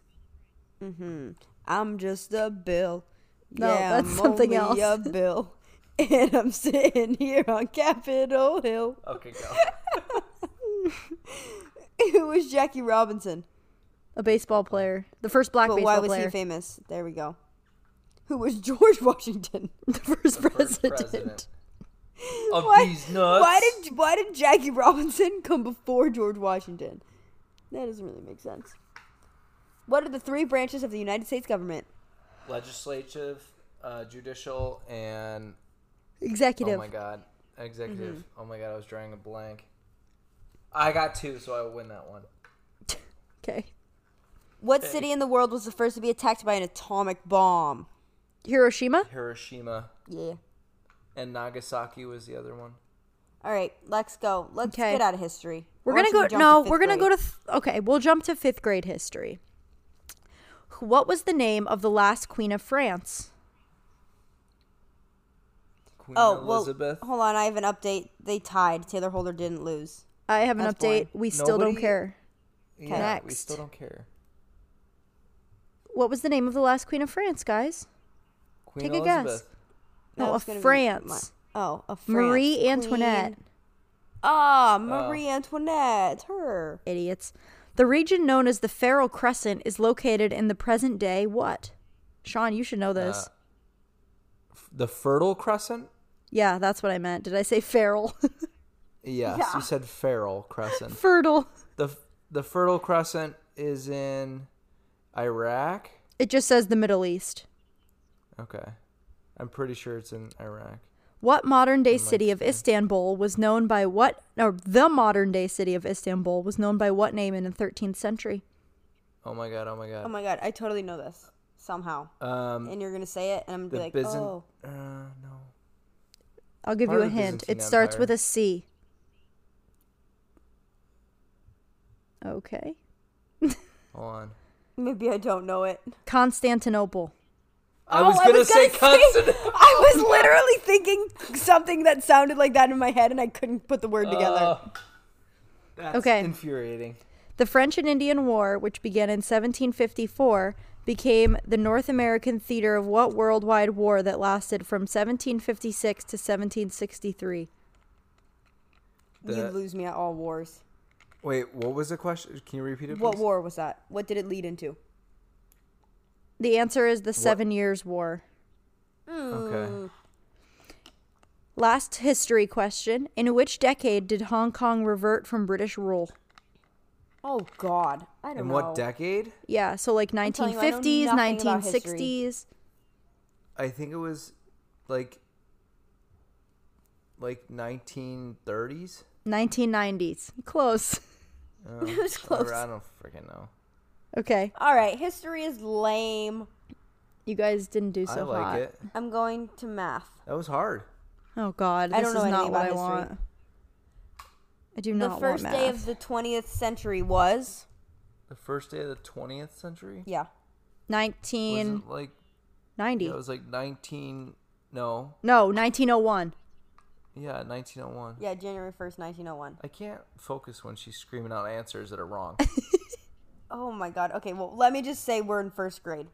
[SPEAKER 1] I'm just a bill.
[SPEAKER 2] No, that's something
[SPEAKER 1] only
[SPEAKER 2] else. <laughs>
[SPEAKER 1] A bill, and I'm sitting here on Capitol Hill. <laughs>
[SPEAKER 3] Okay, go.
[SPEAKER 1] It was Jackie Robinson,
[SPEAKER 2] A baseball player. The first black
[SPEAKER 1] but
[SPEAKER 2] baseball
[SPEAKER 1] why was
[SPEAKER 2] player.
[SPEAKER 1] he famous? There we go. Who was <laughs> George Washington?
[SPEAKER 2] <laughs> the first president.
[SPEAKER 3] Of
[SPEAKER 1] Why-
[SPEAKER 3] these nuts.
[SPEAKER 1] Why did why did Jackie Robinson <laughs> come before George Washington? That doesn't really make sense. What are the three branches of the United States government?
[SPEAKER 3] legislative, uh, judicial, and
[SPEAKER 2] <laughs> Executive.
[SPEAKER 3] oh my god, executive.
[SPEAKER 1] Mm-hmm.
[SPEAKER 3] Oh my god, I was drawing a blank. I got two, so I win that one.
[SPEAKER 2] okay.
[SPEAKER 1] What city in the world was the first to be attacked by an atomic bomb?
[SPEAKER 2] Hiroshima.
[SPEAKER 3] Hiroshima
[SPEAKER 1] Yeah.
[SPEAKER 3] and Nagasaki was the other one.
[SPEAKER 1] All right, let's go. Let's
[SPEAKER 2] Okay.
[SPEAKER 1] get out of history.
[SPEAKER 2] We're
[SPEAKER 1] Or
[SPEAKER 2] gonna
[SPEAKER 1] should we
[SPEAKER 2] go.
[SPEAKER 1] jump
[SPEAKER 2] No,
[SPEAKER 1] fifth
[SPEAKER 2] we're gonna go
[SPEAKER 1] grade?
[SPEAKER 2] to. Th- okay, we'll jump to fifth grade history. What was the name of the last queen of France?
[SPEAKER 3] Queen
[SPEAKER 1] Oh well,
[SPEAKER 3] Elizabeth.
[SPEAKER 1] hold on. I have an update. They tied. Taylor Holder didn't lose.
[SPEAKER 2] I have an
[SPEAKER 1] That's
[SPEAKER 2] update.
[SPEAKER 1] boring.
[SPEAKER 2] We still don't
[SPEAKER 3] Nobody-
[SPEAKER 2] care.
[SPEAKER 3] yeah, we
[SPEAKER 2] next.
[SPEAKER 3] still don't care.
[SPEAKER 2] What was the name of the last queen of France, guys?
[SPEAKER 3] Queen
[SPEAKER 2] Take a guess.
[SPEAKER 3] Elizabeth.
[SPEAKER 1] That
[SPEAKER 2] No,
[SPEAKER 1] was
[SPEAKER 2] of
[SPEAKER 1] gonna be
[SPEAKER 2] France.
[SPEAKER 1] my- oh, of France.
[SPEAKER 2] Marie
[SPEAKER 1] Queen-
[SPEAKER 2] Antoinette.
[SPEAKER 3] Oh.
[SPEAKER 1] Ah, Marie Antoinette. Her.
[SPEAKER 2] Idiots. The region known as the Feral Crescent is located in the present day what? Sean, you should know this.
[SPEAKER 3] Uh, f- the Fertile Crescent?
[SPEAKER 2] yeah, that's what I meant. Did I say feral?
[SPEAKER 3] Yes, you said Feral Crescent.
[SPEAKER 2] <laughs> Fertile.
[SPEAKER 3] the f- The Fertile Crescent is in Iraq.
[SPEAKER 2] It just says the Middle East.
[SPEAKER 3] Okay, I'm pretty sure it's in Iraq.
[SPEAKER 2] What modern day city of Istanbul was known by what or the modern day city of Istanbul was known by what name in the 13th century?
[SPEAKER 3] Oh my god! Oh my
[SPEAKER 1] Oh
[SPEAKER 3] god!
[SPEAKER 1] my god, I totally know this somehow.
[SPEAKER 3] um,
[SPEAKER 1] And you're gonna say it, and I'm
[SPEAKER 3] the
[SPEAKER 1] gonna be like,
[SPEAKER 3] Byzant.
[SPEAKER 1] oh,
[SPEAKER 3] Uh, no.
[SPEAKER 2] I'll give
[SPEAKER 3] Part
[SPEAKER 2] you a
[SPEAKER 3] of the
[SPEAKER 2] hint. It
[SPEAKER 3] Byzantine
[SPEAKER 2] starts
[SPEAKER 3] Empire.
[SPEAKER 2] with a C. Okay.
[SPEAKER 3] Hold on.
[SPEAKER 1] maybe I don't know it. <laughs>
[SPEAKER 2] Constantinople.
[SPEAKER 3] I
[SPEAKER 1] Oh,
[SPEAKER 3] was gonna say Constant.
[SPEAKER 1] <laughs> I was literally thinking something that sounded like that in my head, and I couldn't put the
[SPEAKER 3] Uh,
[SPEAKER 1] word together.
[SPEAKER 3] <laughs> That's
[SPEAKER 2] Okay.
[SPEAKER 3] infuriating.
[SPEAKER 2] The French and Indian War, which began in 1754, became the North American theater of what worldwide war that lasted from 1756 to 1763?
[SPEAKER 1] you
[SPEAKER 3] The-
[SPEAKER 1] lose me at all wars.
[SPEAKER 3] Wait, what was the question? Can you repeat it?
[SPEAKER 1] What
[SPEAKER 3] please?
[SPEAKER 1] war was that? What did it lead into?
[SPEAKER 2] The answer is the Seven Years' War.
[SPEAKER 3] Okay.
[SPEAKER 2] Last history question. In which decade did Hong Kong revert from British rule?
[SPEAKER 1] Oh God, I don't
[SPEAKER 3] In
[SPEAKER 1] know.
[SPEAKER 3] what decade?
[SPEAKER 2] Yeah, so like
[SPEAKER 1] telling you, I know
[SPEAKER 2] 1950s,
[SPEAKER 1] nothing about history.
[SPEAKER 2] 1960s.
[SPEAKER 3] I think it was like like 1930s.
[SPEAKER 2] 1990s. Close.
[SPEAKER 1] <laughs>
[SPEAKER 3] Oh,
[SPEAKER 1] It was
[SPEAKER 3] whatever,
[SPEAKER 1] close.
[SPEAKER 3] I don't freaking know.
[SPEAKER 2] Okay.
[SPEAKER 1] All right, history is lame.
[SPEAKER 2] You guys didn't do so
[SPEAKER 3] I like
[SPEAKER 2] hot.
[SPEAKER 3] it.
[SPEAKER 1] I'm going to math.
[SPEAKER 3] That was hard.
[SPEAKER 2] Oh god, this
[SPEAKER 1] I don't know
[SPEAKER 2] is
[SPEAKER 1] anything
[SPEAKER 2] not what I
[SPEAKER 1] about history.
[SPEAKER 2] want. I do not
[SPEAKER 1] the first
[SPEAKER 2] want math.
[SPEAKER 1] day of the 20th century was
[SPEAKER 3] The first day of the 20th century?
[SPEAKER 1] yeah.
[SPEAKER 3] Wasn't
[SPEAKER 2] 1990.
[SPEAKER 3] like yeah, it was like 19 no.
[SPEAKER 2] No, 1901.
[SPEAKER 3] Yeah, 1901.
[SPEAKER 1] Yeah, January oh 1st, 1901.
[SPEAKER 3] I can't focus when she's screaming out answers that are wrong.
[SPEAKER 1] Oh my god. Okay, well, let me just say we're in first grade.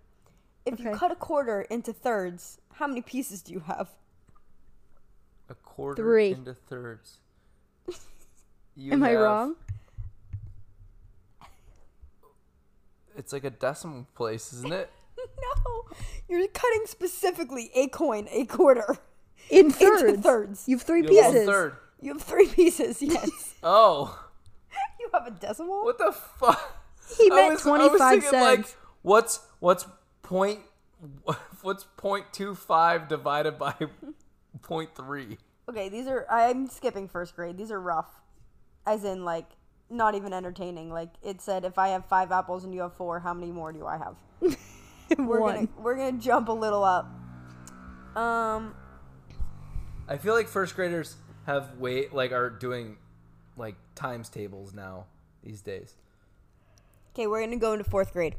[SPEAKER 1] If you
[SPEAKER 2] Okay.
[SPEAKER 1] cut a quarter into thirds, how many pieces do you have? <laughs>
[SPEAKER 3] A quarter
[SPEAKER 2] Three.
[SPEAKER 3] into
[SPEAKER 2] <laughs>
[SPEAKER 3] thirds. You
[SPEAKER 2] Am I
[SPEAKER 3] have-
[SPEAKER 2] wrong?
[SPEAKER 3] It's like a decimal place, isn't it?
[SPEAKER 1] No. You're cutting specifically a coin, a quarter.
[SPEAKER 2] In
[SPEAKER 1] into
[SPEAKER 2] thirds.
[SPEAKER 1] thirds.
[SPEAKER 2] You've three
[SPEAKER 3] You have one
[SPEAKER 2] pieces.
[SPEAKER 3] third.
[SPEAKER 1] You have three <laughs> pieces, yes.
[SPEAKER 3] Oh.
[SPEAKER 1] you have a decimal?
[SPEAKER 3] What the fuck?
[SPEAKER 2] He meant 25 cents.
[SPEAKER 3] what's what's point <laughs> what's point two five divided by <laughs> point three?
[SPEAKER 1] Okay, these are I'm skipping first grade. These are rough. As in like not even entertaining. Like it said if I have 5 apples and you have 4, how many more do I have? We're
[SPEAKER 2] One.
[SPEAKER 1] going to we're going to jump a little up. Um
[SPEAKER 3] I feel like first graders have way like are doing like times tables now these days.
[SPEAKER 1] Okay, we're going to go into fourth grade.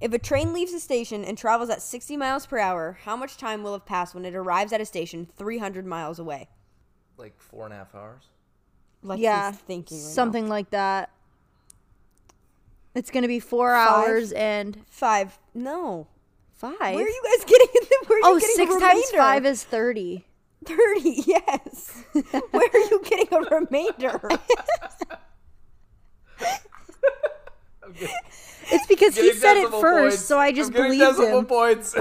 [SPEAKER 1] If a train leaves a station and travels at 60 miles per hour, how much time will have passed when it arrives at a station 300 miles away?
[SPEAKER 3] Like four and a half hours.
[SPEAKER 1] Lexi's
[SPEAKER 2] yeah.
[SPEAKER 1] thinking right now.
[SPEAKER 2] something like that. It's gonna be four
[SPEAKER 1] Five?
[SPEAKER 2] hours and
[SPEAKER 1] Five. No.
[SPEAKER 2] five.
[SPEAKER 1] Where are you guys <laughs> getting in the? Where are you
[SPEAKER 2] oh,
[SPEAKER 1] getting
[SPEAKER 2] six
[SPEAKER 1] a
[SPEAKER 2] times
[SPEAKER 1] remainder?
[SPEAKER 2] five is thirty.
[SPEAKER 1] thirty. <laughs> Yes. Where are you getting a remainder?
[SPEAKER 2] It's because he
[SPEAKER 3] Getting
[SPEAKER 2] said it
[SPEAKER 3] decimal
[SPEAKER 2] first,
[SPEAKER 3] points.
[SPEAKER 2] so I just
[SPEAKER 3] I'm getting
[SPEAKER 2] believed
[SPEAKER 3] decimal
[SPEAKER 2] him.
[SPEAKER 3] points.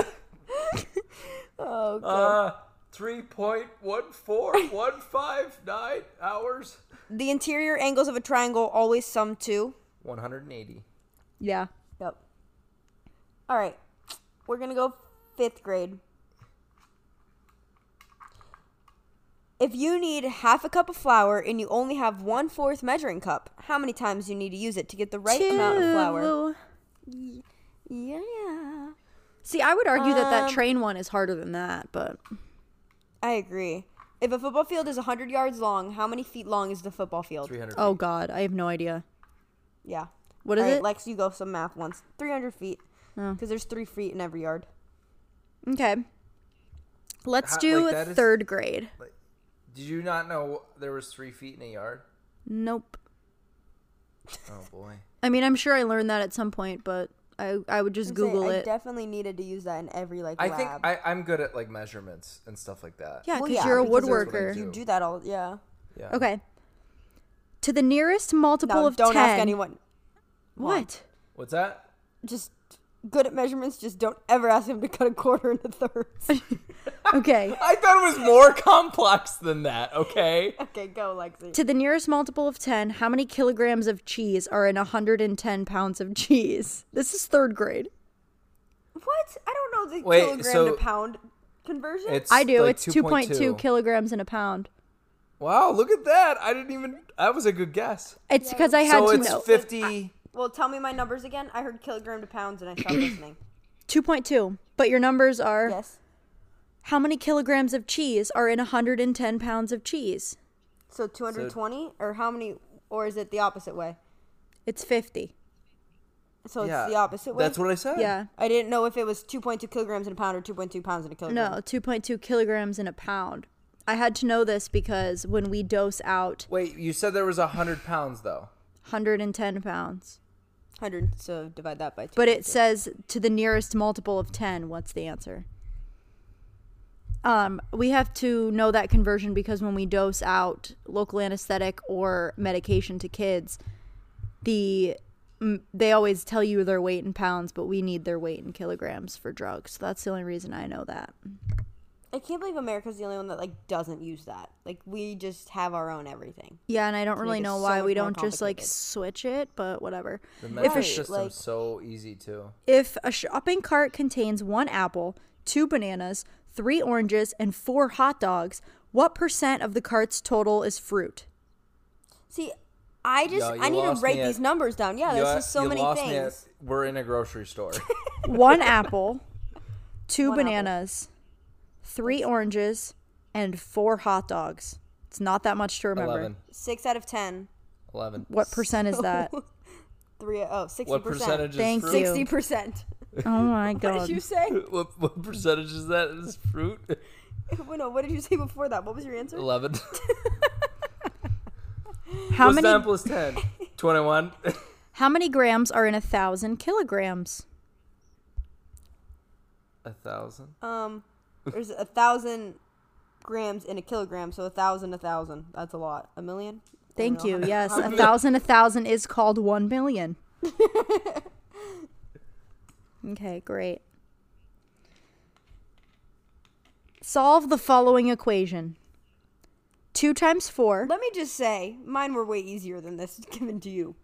[SPEAKER 3] <laughs>
[SPEAKER 1] oh,
[SPEAKER 3] Uh, three point one four one five nine hours.
[SPEAKER 1] <laughs> the interior angles of a triangle always sum to.
[SPEAKER 3] One hundred and eighty.
[SPEAKER 2] yeah.
[SPEAKER 1] Yep. All right. We're going to go fifth grade. If you need half a cup of flour and you only have one fourth measuring cup, how many times do you need to use it to get the right amount of flour?
[SPEAKER 2] Two.
[SPEAKER 1] Yeah.
[SPEAKER 2] See, I would argue that that
[SPEAKER 1] Um,
[SPEAKER 2] train one is harder than that, but
[SPEAKER 1] I agree. If a football field is 100 yards long, how many feet long is the football field?
[SPEAKER 3] Three hundred.
[SPEAKER 2] oh god, I have no idea.
[SPEAKER 1] Yeah.
[SPEAKER 2] What is
[SPEAKER 1] All right,
[SPEAKER 2] it? Oh.
[SPEAKER 1] Lex, you go some math once. 300 feet. Because there's three feet in every yard.
[SPEAKER 2] Okay. Let's
[SPEAKER 3] Ha-
[SPEAKER 2] do
[SPEAKER 3] like that is-
[SPEAKER 2] third grade.
[SPEAKER 3] Did you not know there was three feet in a
[SPEAKER 2] <laughs>
[SPEAKER 3] yard?
[SPEAKER 2] Nope.
[SPEAKER 3] Oh boy.
[SPEAKER 2] I mean, I'm sure I learned that at some point, but I I would just
[SPEAKER 1] I'm saying
[SPEAKER 2] Google
[SPEAKER 1] I
[SPEAKER 2] it.
[SPEAKER 1] definitely needed to use that in every like
[SPEAKER 3] I
[SPEAKER 1] lab.
[SPEAKER 3] think I, I'm good at like measurements and stuff like that.
[SPEAKER 2] yeah,
[SPEAKER 1] Well,
[SPEAKER 2] because
[SPEAKER 1] yeah,
[SPEAKER 2] you're a
[SPEAKER 1] because that's
[SPEAKER 3] what I
[SPEAKER 2] woodworker.
[SPEAKER 3] do.
[SPEAKER 1] you do that all. Yeah.
[SPEAKER 3] Yeah.
[SPEAKER 2] Okay. To the nearest multiple
[SPEAKER 1] No,
[SPEAKER 2] of
[SPEAKER 1] don't
[SPEAKER 2] 10.
[SPEAKER 1] ask anyone.
[SPEAKER 2] What?
[SPEAKER 3] What's that?
[SPEAKER 1] Just good at measurements. Just don't ever ask him to cut a quarter into
[SPEAKER 2] <laughs>
[SPEAKER 1] thirds.
[SPEAKER 2] Okay. <laughs>
[SPEAKER 3] I thought it was more <laughs> complex than that.
[SPEAKER 2] <laughs>
[SPEAKER 3] Okay.
[SPEAKER 1] <laughs> okay, go, Lexi.
[SPEAKER 2] to the nearest multiple of 10, how many kilograms of cheese are in 110 pounds of cheese? This is third grade.
[SPEAKER 1] What? I don't know the
[SPEAKER 3] Wait,
[SPEAKER 1] kilogram
[SPEAKER 3] so-
[SPEAKER 1] to pound conversion.
[SPEAKER 3] It's
[SPEAKER 2] I do.
[SPEAKER 3] like
[SPEAKER 2] it's 2.2 kilograms in a pound.
[SPEAKER 3] Wow, look at that. I didn't even that was a good guess.
[SPEAKER 2] It's because I had
[SPEAKER 3] so
[SPEAKER 2] to
[SPEAKER 3] it's
[SPEAKER 2] know.
[SPEAKER 3] 50
[SPEAKER 1] well, tell me my numbers again. I heard kilogram to pounds, and I stopped
[SPEAKER 2] <coughs>
[SPEAKER 1] listening.
[SPEAKER 2] 2.2. But your numbers are
[SPEAKER 1] Yes.
[SPEAKER 2] how many kilograms of cheese are in 110 pounds of cheese?
[SPEAKER 1] So 220, or how many? Or is it the opposite way?
[SPEAKER 2] It's 50.
[SPEAKER 1] So it's
[SPEAKER 3] yeah,
[SPEAKER 1] the opposite way.
[SPEAKER 3] That's what I said.
[SPEAKER 2] Yeah.
[SPEAKER 1] I didn't know if it was 2.2 kilograms in a pound or 2.2 pounds in a kilogram.
[SPEAKER 2] No, 2.2 kilograms in a pound. I had to know this because when we dose out
[SPEAKER 3] Wait, you said there was a 100 pounds though.
[SPEAKER 2] 110 pounds,
[SPEAKER 1] 100. So divide that by two.
[SPEAKER 2] but it says to the nearest multiple of 10, what's the answer? Um, we have to know that conversion because when we dose out local anesthetic or medication to kids, the m- they always tell you their weight in pounds, but we need their weight in kilograms for drugs. So that's the only reason I know that.
[SPEAKER 1] I can't believe America's the only one that like doesn't use that. Like we just have our own everything.
[SPEAKER 2] Yeah, and I don't really
[SPEAKER 1] it
[SPEAKER 2] know
[SPEAKER 1] so
[SPEAKER 2] why
[SPEAKER 1] much
[SPEAKER 2] we
[SPEAKER 1] more
[SPEAKER 2] don't just like
[SPEAKER 1] complicated.
[SPEAKER 2] switch it, but whatever.
[SPEAKER 3] The
[SPEAKER 2] If a
[SPEAKER 3] metric
[SPEAKER 1] Right,
[SPEAKER 2] sh-
[SPEAKER 3] system's
[SPEAKER 1] like-
[SPEAKER 3] so easy too.
[SPEAKER 2] if a shopping cart contains one apple, two bananas, three oranges, and four hot dogs, what percent of the cart's total
[SPEAKER 1] <laughs>
[SPEAKER 2] is fruit?
[SPEAKER 1] See, I just
[SPEAKER 3] Yeah, you
[SPEAKER 1] I need to
[SPEAKER 3] lost
[SPEAKER 1] write
[SPEAKER 3] me at-
[SPEAKER 1] these numbers down. Yeah,
[SPEAKER 3] You-
[SPEAKER 1] there's just so
[SPEAKER 3] you
[SPEAKER 1] many
[SPEAKER 3] lost me at-
[SPEAKER 1] things.
[SPEAKER 3] we're in a
[SPEAKER 1] <laughs>
[SPEAKER 3] grocery store.
[SPEAKER 2] One apple, two
[SPEAKER 1] One apple.
[SPEAKER 2] bananas, three oranges, and four hot dogs. It's not that much to remember.
[SPEAKER 3] 11.
[SPEAKER 1] Six out of ten.
[SPEAKER 3] 11.
[SPEAKER 2] What percent
[SPEAKER 1] <laughs>
[SPEAKER 2] is that? Oh
[SPEAKER 1] Three oh sixty
[SPEAKER 3] What
[SPEAKER 1] percent.
[SPEAKER 3] percentage is
[SPEAKER 2] Thank
[SPEAKER 3] fruit? <laughs>
[SPEAKER 2] you.
[SPEAKER 1] Sixty percent.
[SPEAKER 2] Oh my
[SPEAKER 1] What
[SPEAKER 2] god.
[SPEAKER 1] did you say?
[SPEAKER 3] What, what percentage is that is fruit? <laughs>
[SPEAKER 1] Wait, no, what did you say <laughs> before that? What was your answer?
[SPEAKER 3] 11.
[SPEAKER 2] How
[SPEAKER 3] <laughs> What's
[SPEAKER 2] many
[SPEAKER 3] 10 plus 10?
[SPEAKER 1] <laughs>
[SPEAKER 3] 21.
[SPEAKER 2] how many grams are in a thousand kilograms?
[SPEAKER 3] <laughs> a thousand.
[SPEAKER 1] Um, there's a thousand grams in a kilogram, so a thousand, a thousand. That's a lot. A million.
[SPEAKER 2] Thank you.
[SPEAKER 1] <laughs>
[SPEAKER 2] Yes, a
[SPEAKER 3] many-
[SPEAKER 2] thousand, a thousand is called one million. okay, great. Solve the following equation: two times four,
[SPEAKER 1] Let me just say, mine were way easier than this <laughs> given to you.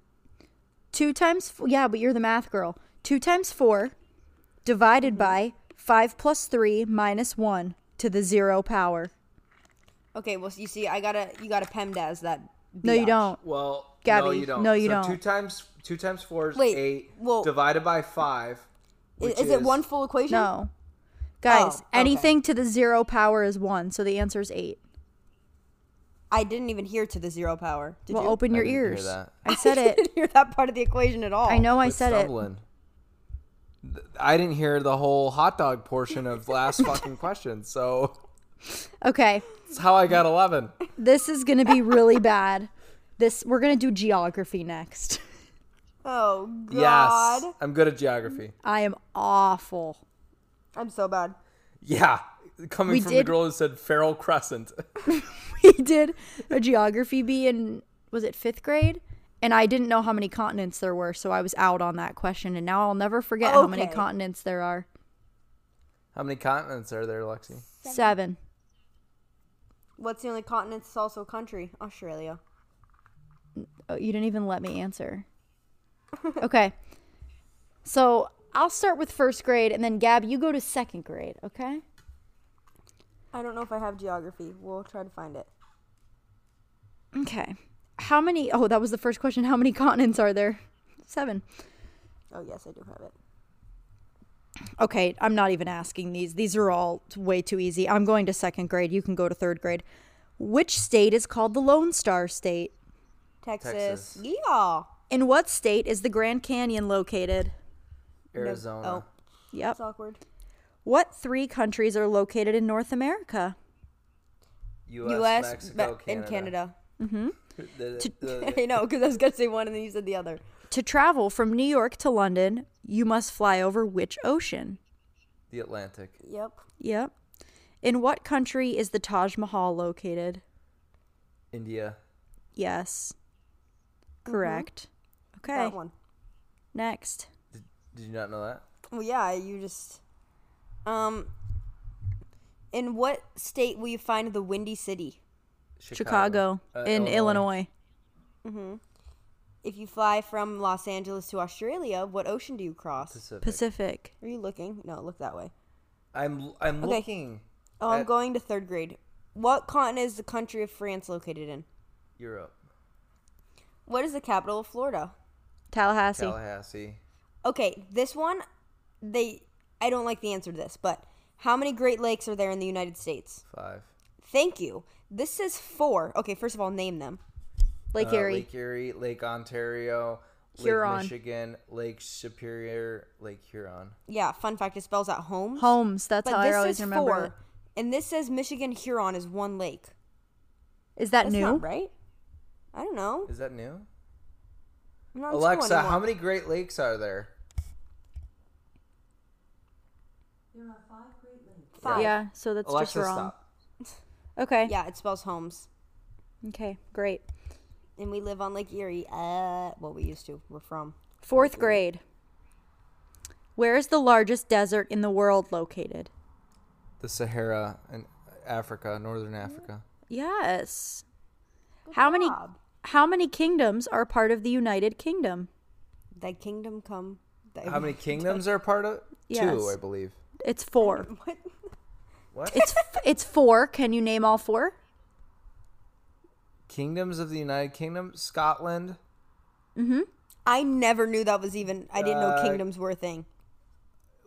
[SPEAKER 2] two times f- yeah, but you're the math girl. Two times four, divided
[SPEAKER 1] Mm-hmm.
[SPEAKER 2] by five plus three minus one to the zero power.
[SPEAKER 1] Okay, well, you see, I gotta, you gotta PEMDAS that.
[SPEAKER 2] No, you
[SPEAKER 1] biatch.
[SPEAKER 2] don't.
[SPEAKER 3] Well, no,
[SPEAKER 2] Gabby,
[SPEAKER 3] you don't.
[SPEAKER 2] no, you
[SPEAKER 3] So
[SPEAKER 2] don't.
[SPEAKER 3] Two times two times four is
[SPEAKER 1] Wait,
[SPEAKER 3] eight.
[SPEAKER 1] well-
[SPEAKER 3] divided by five.
[SPEAKER 1] I-
[SPEAKER 3] which
[SPEAKER 1] Is, it one full equation?
[SPEAKER 2] No, guys,
[SPEAKER 1] Oh, okay.
[SPEAKER 2] anything to the zero power is one, so the answer is eight.
[SPEAKER 1] I didn't even hear to the zero power. Did
[SPEAKER 2] well,
[SPEAKER 1] you?
[SPEAKER 2] open
[SPEAKER 3] I
[SPEAKER 2] your
[SPEAKER 3] didn't hear
[SPEAKER 2] ears.
[SPEAKER 3] that.
[SPEAKER 2] I said
[SPEAKER 1] I <laughs>
[SPEAKER 2] it.
[SPEAKER 1] didn't hear that part of the equation at all.
[SPEAKER 2] I know I
[SPEAKER 3] Quit
[SPEAKER 2] said
[SPEAKER 3] stumbling. Th- I didn't hear the whole hot dog portion
[SPEAKER 1] <laughs>
[SPEAKER 3] of last fucking question, so
[SPEAKER 2] it. Okay.
[SPEAKER 3] that's how
[SPEAKER 2] <laughs>
[SPEAKER 3] I got eleven.
[SPEAKER 2] This is going to be really bad. This we're going to do geography next.
[SPEAKER 1] Oh God.
[SPEAKER 3] Yes. I'm good at geography.
[SPEAKER 2] I am awful. <laughs>
[SPEAKER 1] I'm so bad.
[SPEAKER 3] Yeah. Coming
[SPEAKER 2] We
[SPEAKER 3] from the
[SPEAKER 2] did-
[SPEAKER 3] girl who said feral crescent. <laughs>
[SPEAKER 2] He did a geography bee in was it fifth grade? And I didn't know how many continents there were, so I was out on that question. And now I'll never forget how many
[SPEAKER 1] Okay.
[SPEAKER 2] continents there are.
[SPEAKER 3] How many continents are there, Lexi?
[SPEAKER 2] Seven.
[SPEAKER 1] What's the only continent that's also a country? Australia.
[SPEAKER 2] Oh, you didn't even let me answer. okay. So I'll start with first grade, and then Gab, you go to second grade, okay?
[SPEAKER 1] I don't know if I have geography. We'll try to find it.
[SPEAKER 2] Okay. How many? Oh, that was the first question. How many continents are there? Seven.
[SPEAKER 1] Oh yes, I do have it.
[SPEAKER 2] Okay, I'm not even asking these. These are all way too easy. I'm going to second grade. You can go to third grade. Which state is called the Lone Star State?
[SPEAKER 1] Texas.
[SPEAKER 3] Texas.
[SPEAKER 1] Yeah.
[SPEAKER 2] In what state is the Grand Canyon located?
[SPEAKER 3] Arizona.
[SPEAKER 1] Oh,
[SPEAKER 2] Yep.
[SPEAKER 1] that's awkward.
[SPEAKER 2] What three countries are located in North America?
[SPEAKER 3] US,
[SPEAKER 1] U.S.
[SPEAKER 3] Mexico,
[SPEAKER 1] Me- and Canada.
[SPEAKER 3] <laughs> The-
[SPEAKER 2] <laughs>
[SPEAKER 1] <laughs>
[SPEAKER 3] the-
[SPEAKER 1] I know, because I was gonna say one and then you said the other.
[SPEAKER 2] To travel from New York to London, you must fly over which ocean?
[SPEAKER 3] the Atlantic.
[SPEAKER 1] Yep.
[SPEAKER 2] Yep. In what country is the Taj Mahal located?
[SPEAKER 3] India.
[SPEAKER 2] Yes. Correct. Okay.
[SPEAKER 1] Mm-hmm. That one.
[SPEAKER 2] Next.
[SPEAKER 3] Did, did you not know that?
[SPEAKER 1] Well, yeah, you just. Um. In what state will you find the Windy City?
[SPEAKER 2] Chicago,
[SPEAKER 3] Uh,
[SPEAKER 2] in Illinois.
[SPEAKER 1] If you fly from Los Angeles to Australia, what ocean do you cross?
[SPEAKER 3] Pacific.
[SPEAKER 2] Pacific.
[SPEAKER 1] Are you looking? No, look that way.
[SPEAKER 3] I'm I'm
[SPEAKER 1] Okay.
[SPEAKER 3] looking
[SPEAKER 1] Oh, I'm
[SPEAKER 3] At-
[SPEAKER 1] going to third grade. What continent is the country of France located in?
[SPEAKER 3] Europe.
[SPEAKER 1] What is the capital of Florida?
[SPEAKER 2] Tallahassee.
[SPEAKER 3] Tallahassee.
[SPEAKER 1] Okay, this one, they. I don't like the answer to this, but how many Great Lakes are there in the United States?
[SPEAKER 3] Five.
[SPEAKER 1] Thank you. This says four. Okay, first of all, name them.
[SPEAKER 2] Lake
[SPEAKER 3] Uh,
[SPEAKER 2] Erie.
[SPEAKER 3] Lake Erie, Lake Ontario,
[SPEAKER 2] Huron.
[SPEAKER 3] Lake Michigan, Lake Superior, Lake Huron.
[SPEAKER 1] Yeah, fun fact, it spells out home.
[SPEAKER 2] Homes. That's
[SPEAKER 1] But
[SPEAKER 2] how
[SPEAKER 1] this
[SPEAKER 2] I always
[SPEAKER 1] is
[SPEAKER 2] remember.
[SPEAKER 1] four, and this says Michigan Huron is one lake.
[SPEAKER 2] it. Is that
[SPEAKER 1] That's
[SPEAKER 2] new?
[SPEAKER 1] not right. I don't know.
[SPEAKER 3] Is that new?
[SPEAKER 1] I'm not in school
[SPEAKER 3] Alexa, how
[SPEAKER 1] anymore.
[SPEAKER 3] many Great Lakes are there?
[SPEAKER 1] Five.
[SPEAKER 2] Yeah, so that's
[SPEAKER 3] Alexa,
[SPEAKER 2] just wrong.
[SPEAKER 3] stop.
[SPEAKER 2] Okay.
[SPEAKER 1] Yeah, it spells homes,
[SPEAKER 2] Okay, great.
[SPEAKER 1] and we live on Lake Erie. Uh, well, we used to. We're from.
[SPEAKER 2] Fourth grade. Where is the largest desert in the world located?
[SPEAKER 3] The Sahara and Africa, Northern Africa.
[SPEAKER 2] Yes. how many
[SPEAKER 1] job.
[SPEAKER 2] how many kingdoms are part of the United Kingdom?
[SPEAKER 1] Thy kingdom come. Thy
[SPEAKER 2] <laughs>
[SPEAKER 3] How many kingdoms are part of? Two,
[SPEAKER 2] Yes.
[SPEAKER 3] I believe.
[SPEAKER 2] It's 4.
[SPEAKER 1] What?
[SPEAKER 3] What?
[SPEAKER 2] It's <laughs> f- it's 4. Can you name all 4?
[SPEAKER 3] kingdoms of the United Kingdom, Scotland,
[SPEAKER 1] <laughs> I never knew that was even. I didn't know
[SPEAKER 3] Uh,
[SPEAKER 1] kingdoms were a thing.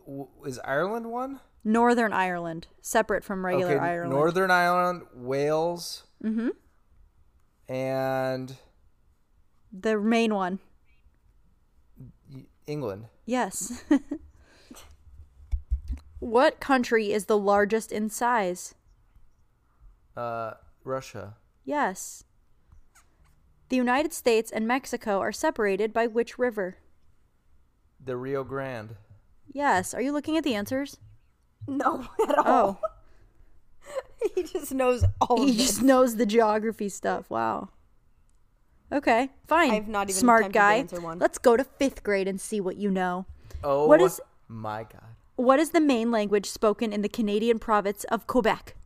[SPEAKER 3] w- is Ireland one?
[SPEAKER 2] Northern Ireland, separate from regular Ireland.
[SPEAKER 3] Northern Ireland, Wales, mm-hmm. and
[SPEAKER 2] the main one.
[SPEAKER 3] England.
[SPEAKER 2] Yes. <laughs> what country is the largest in size?
[SPEAKER 3] Uh, Russia.
[SPEAKER 2] Yes. The United States and Mexico are separated by which river?
[SPEAKER 3] The Rio Grande.
[SPEAKER 2] Yes. Are you looking at
[SPEAKER 1] <laughs>
[SPEAKER 2] the answers?
[SPEAKER 1] No, <laughs> at all.
[SPEAKER 2] Oh,
[SPEAKER 1] He just knows all.
[SPEAKER 2] <laughs> he
[SPEAKER 1] of this.
[SPEAKER 2] just knows the geography stuff. Wow. Okay, fine.
[SPEAKER 1] I've not even had
[SPEAKER 2] smart
[SPEAKER 1] time to
[SPEAKER 2] guy.
[SPEAKER 1] answer one.
[SPEAKER 2] Let's go to fifth grade and see what you know.
[SPEAKER 3] Oh,
[SPEAKER 2] What is-
[SPEAKER 3] my God?
[SPEAKER 2] What is the main language spoken in the Canadian province of Quebec?
[SPEAKER 3] Uh,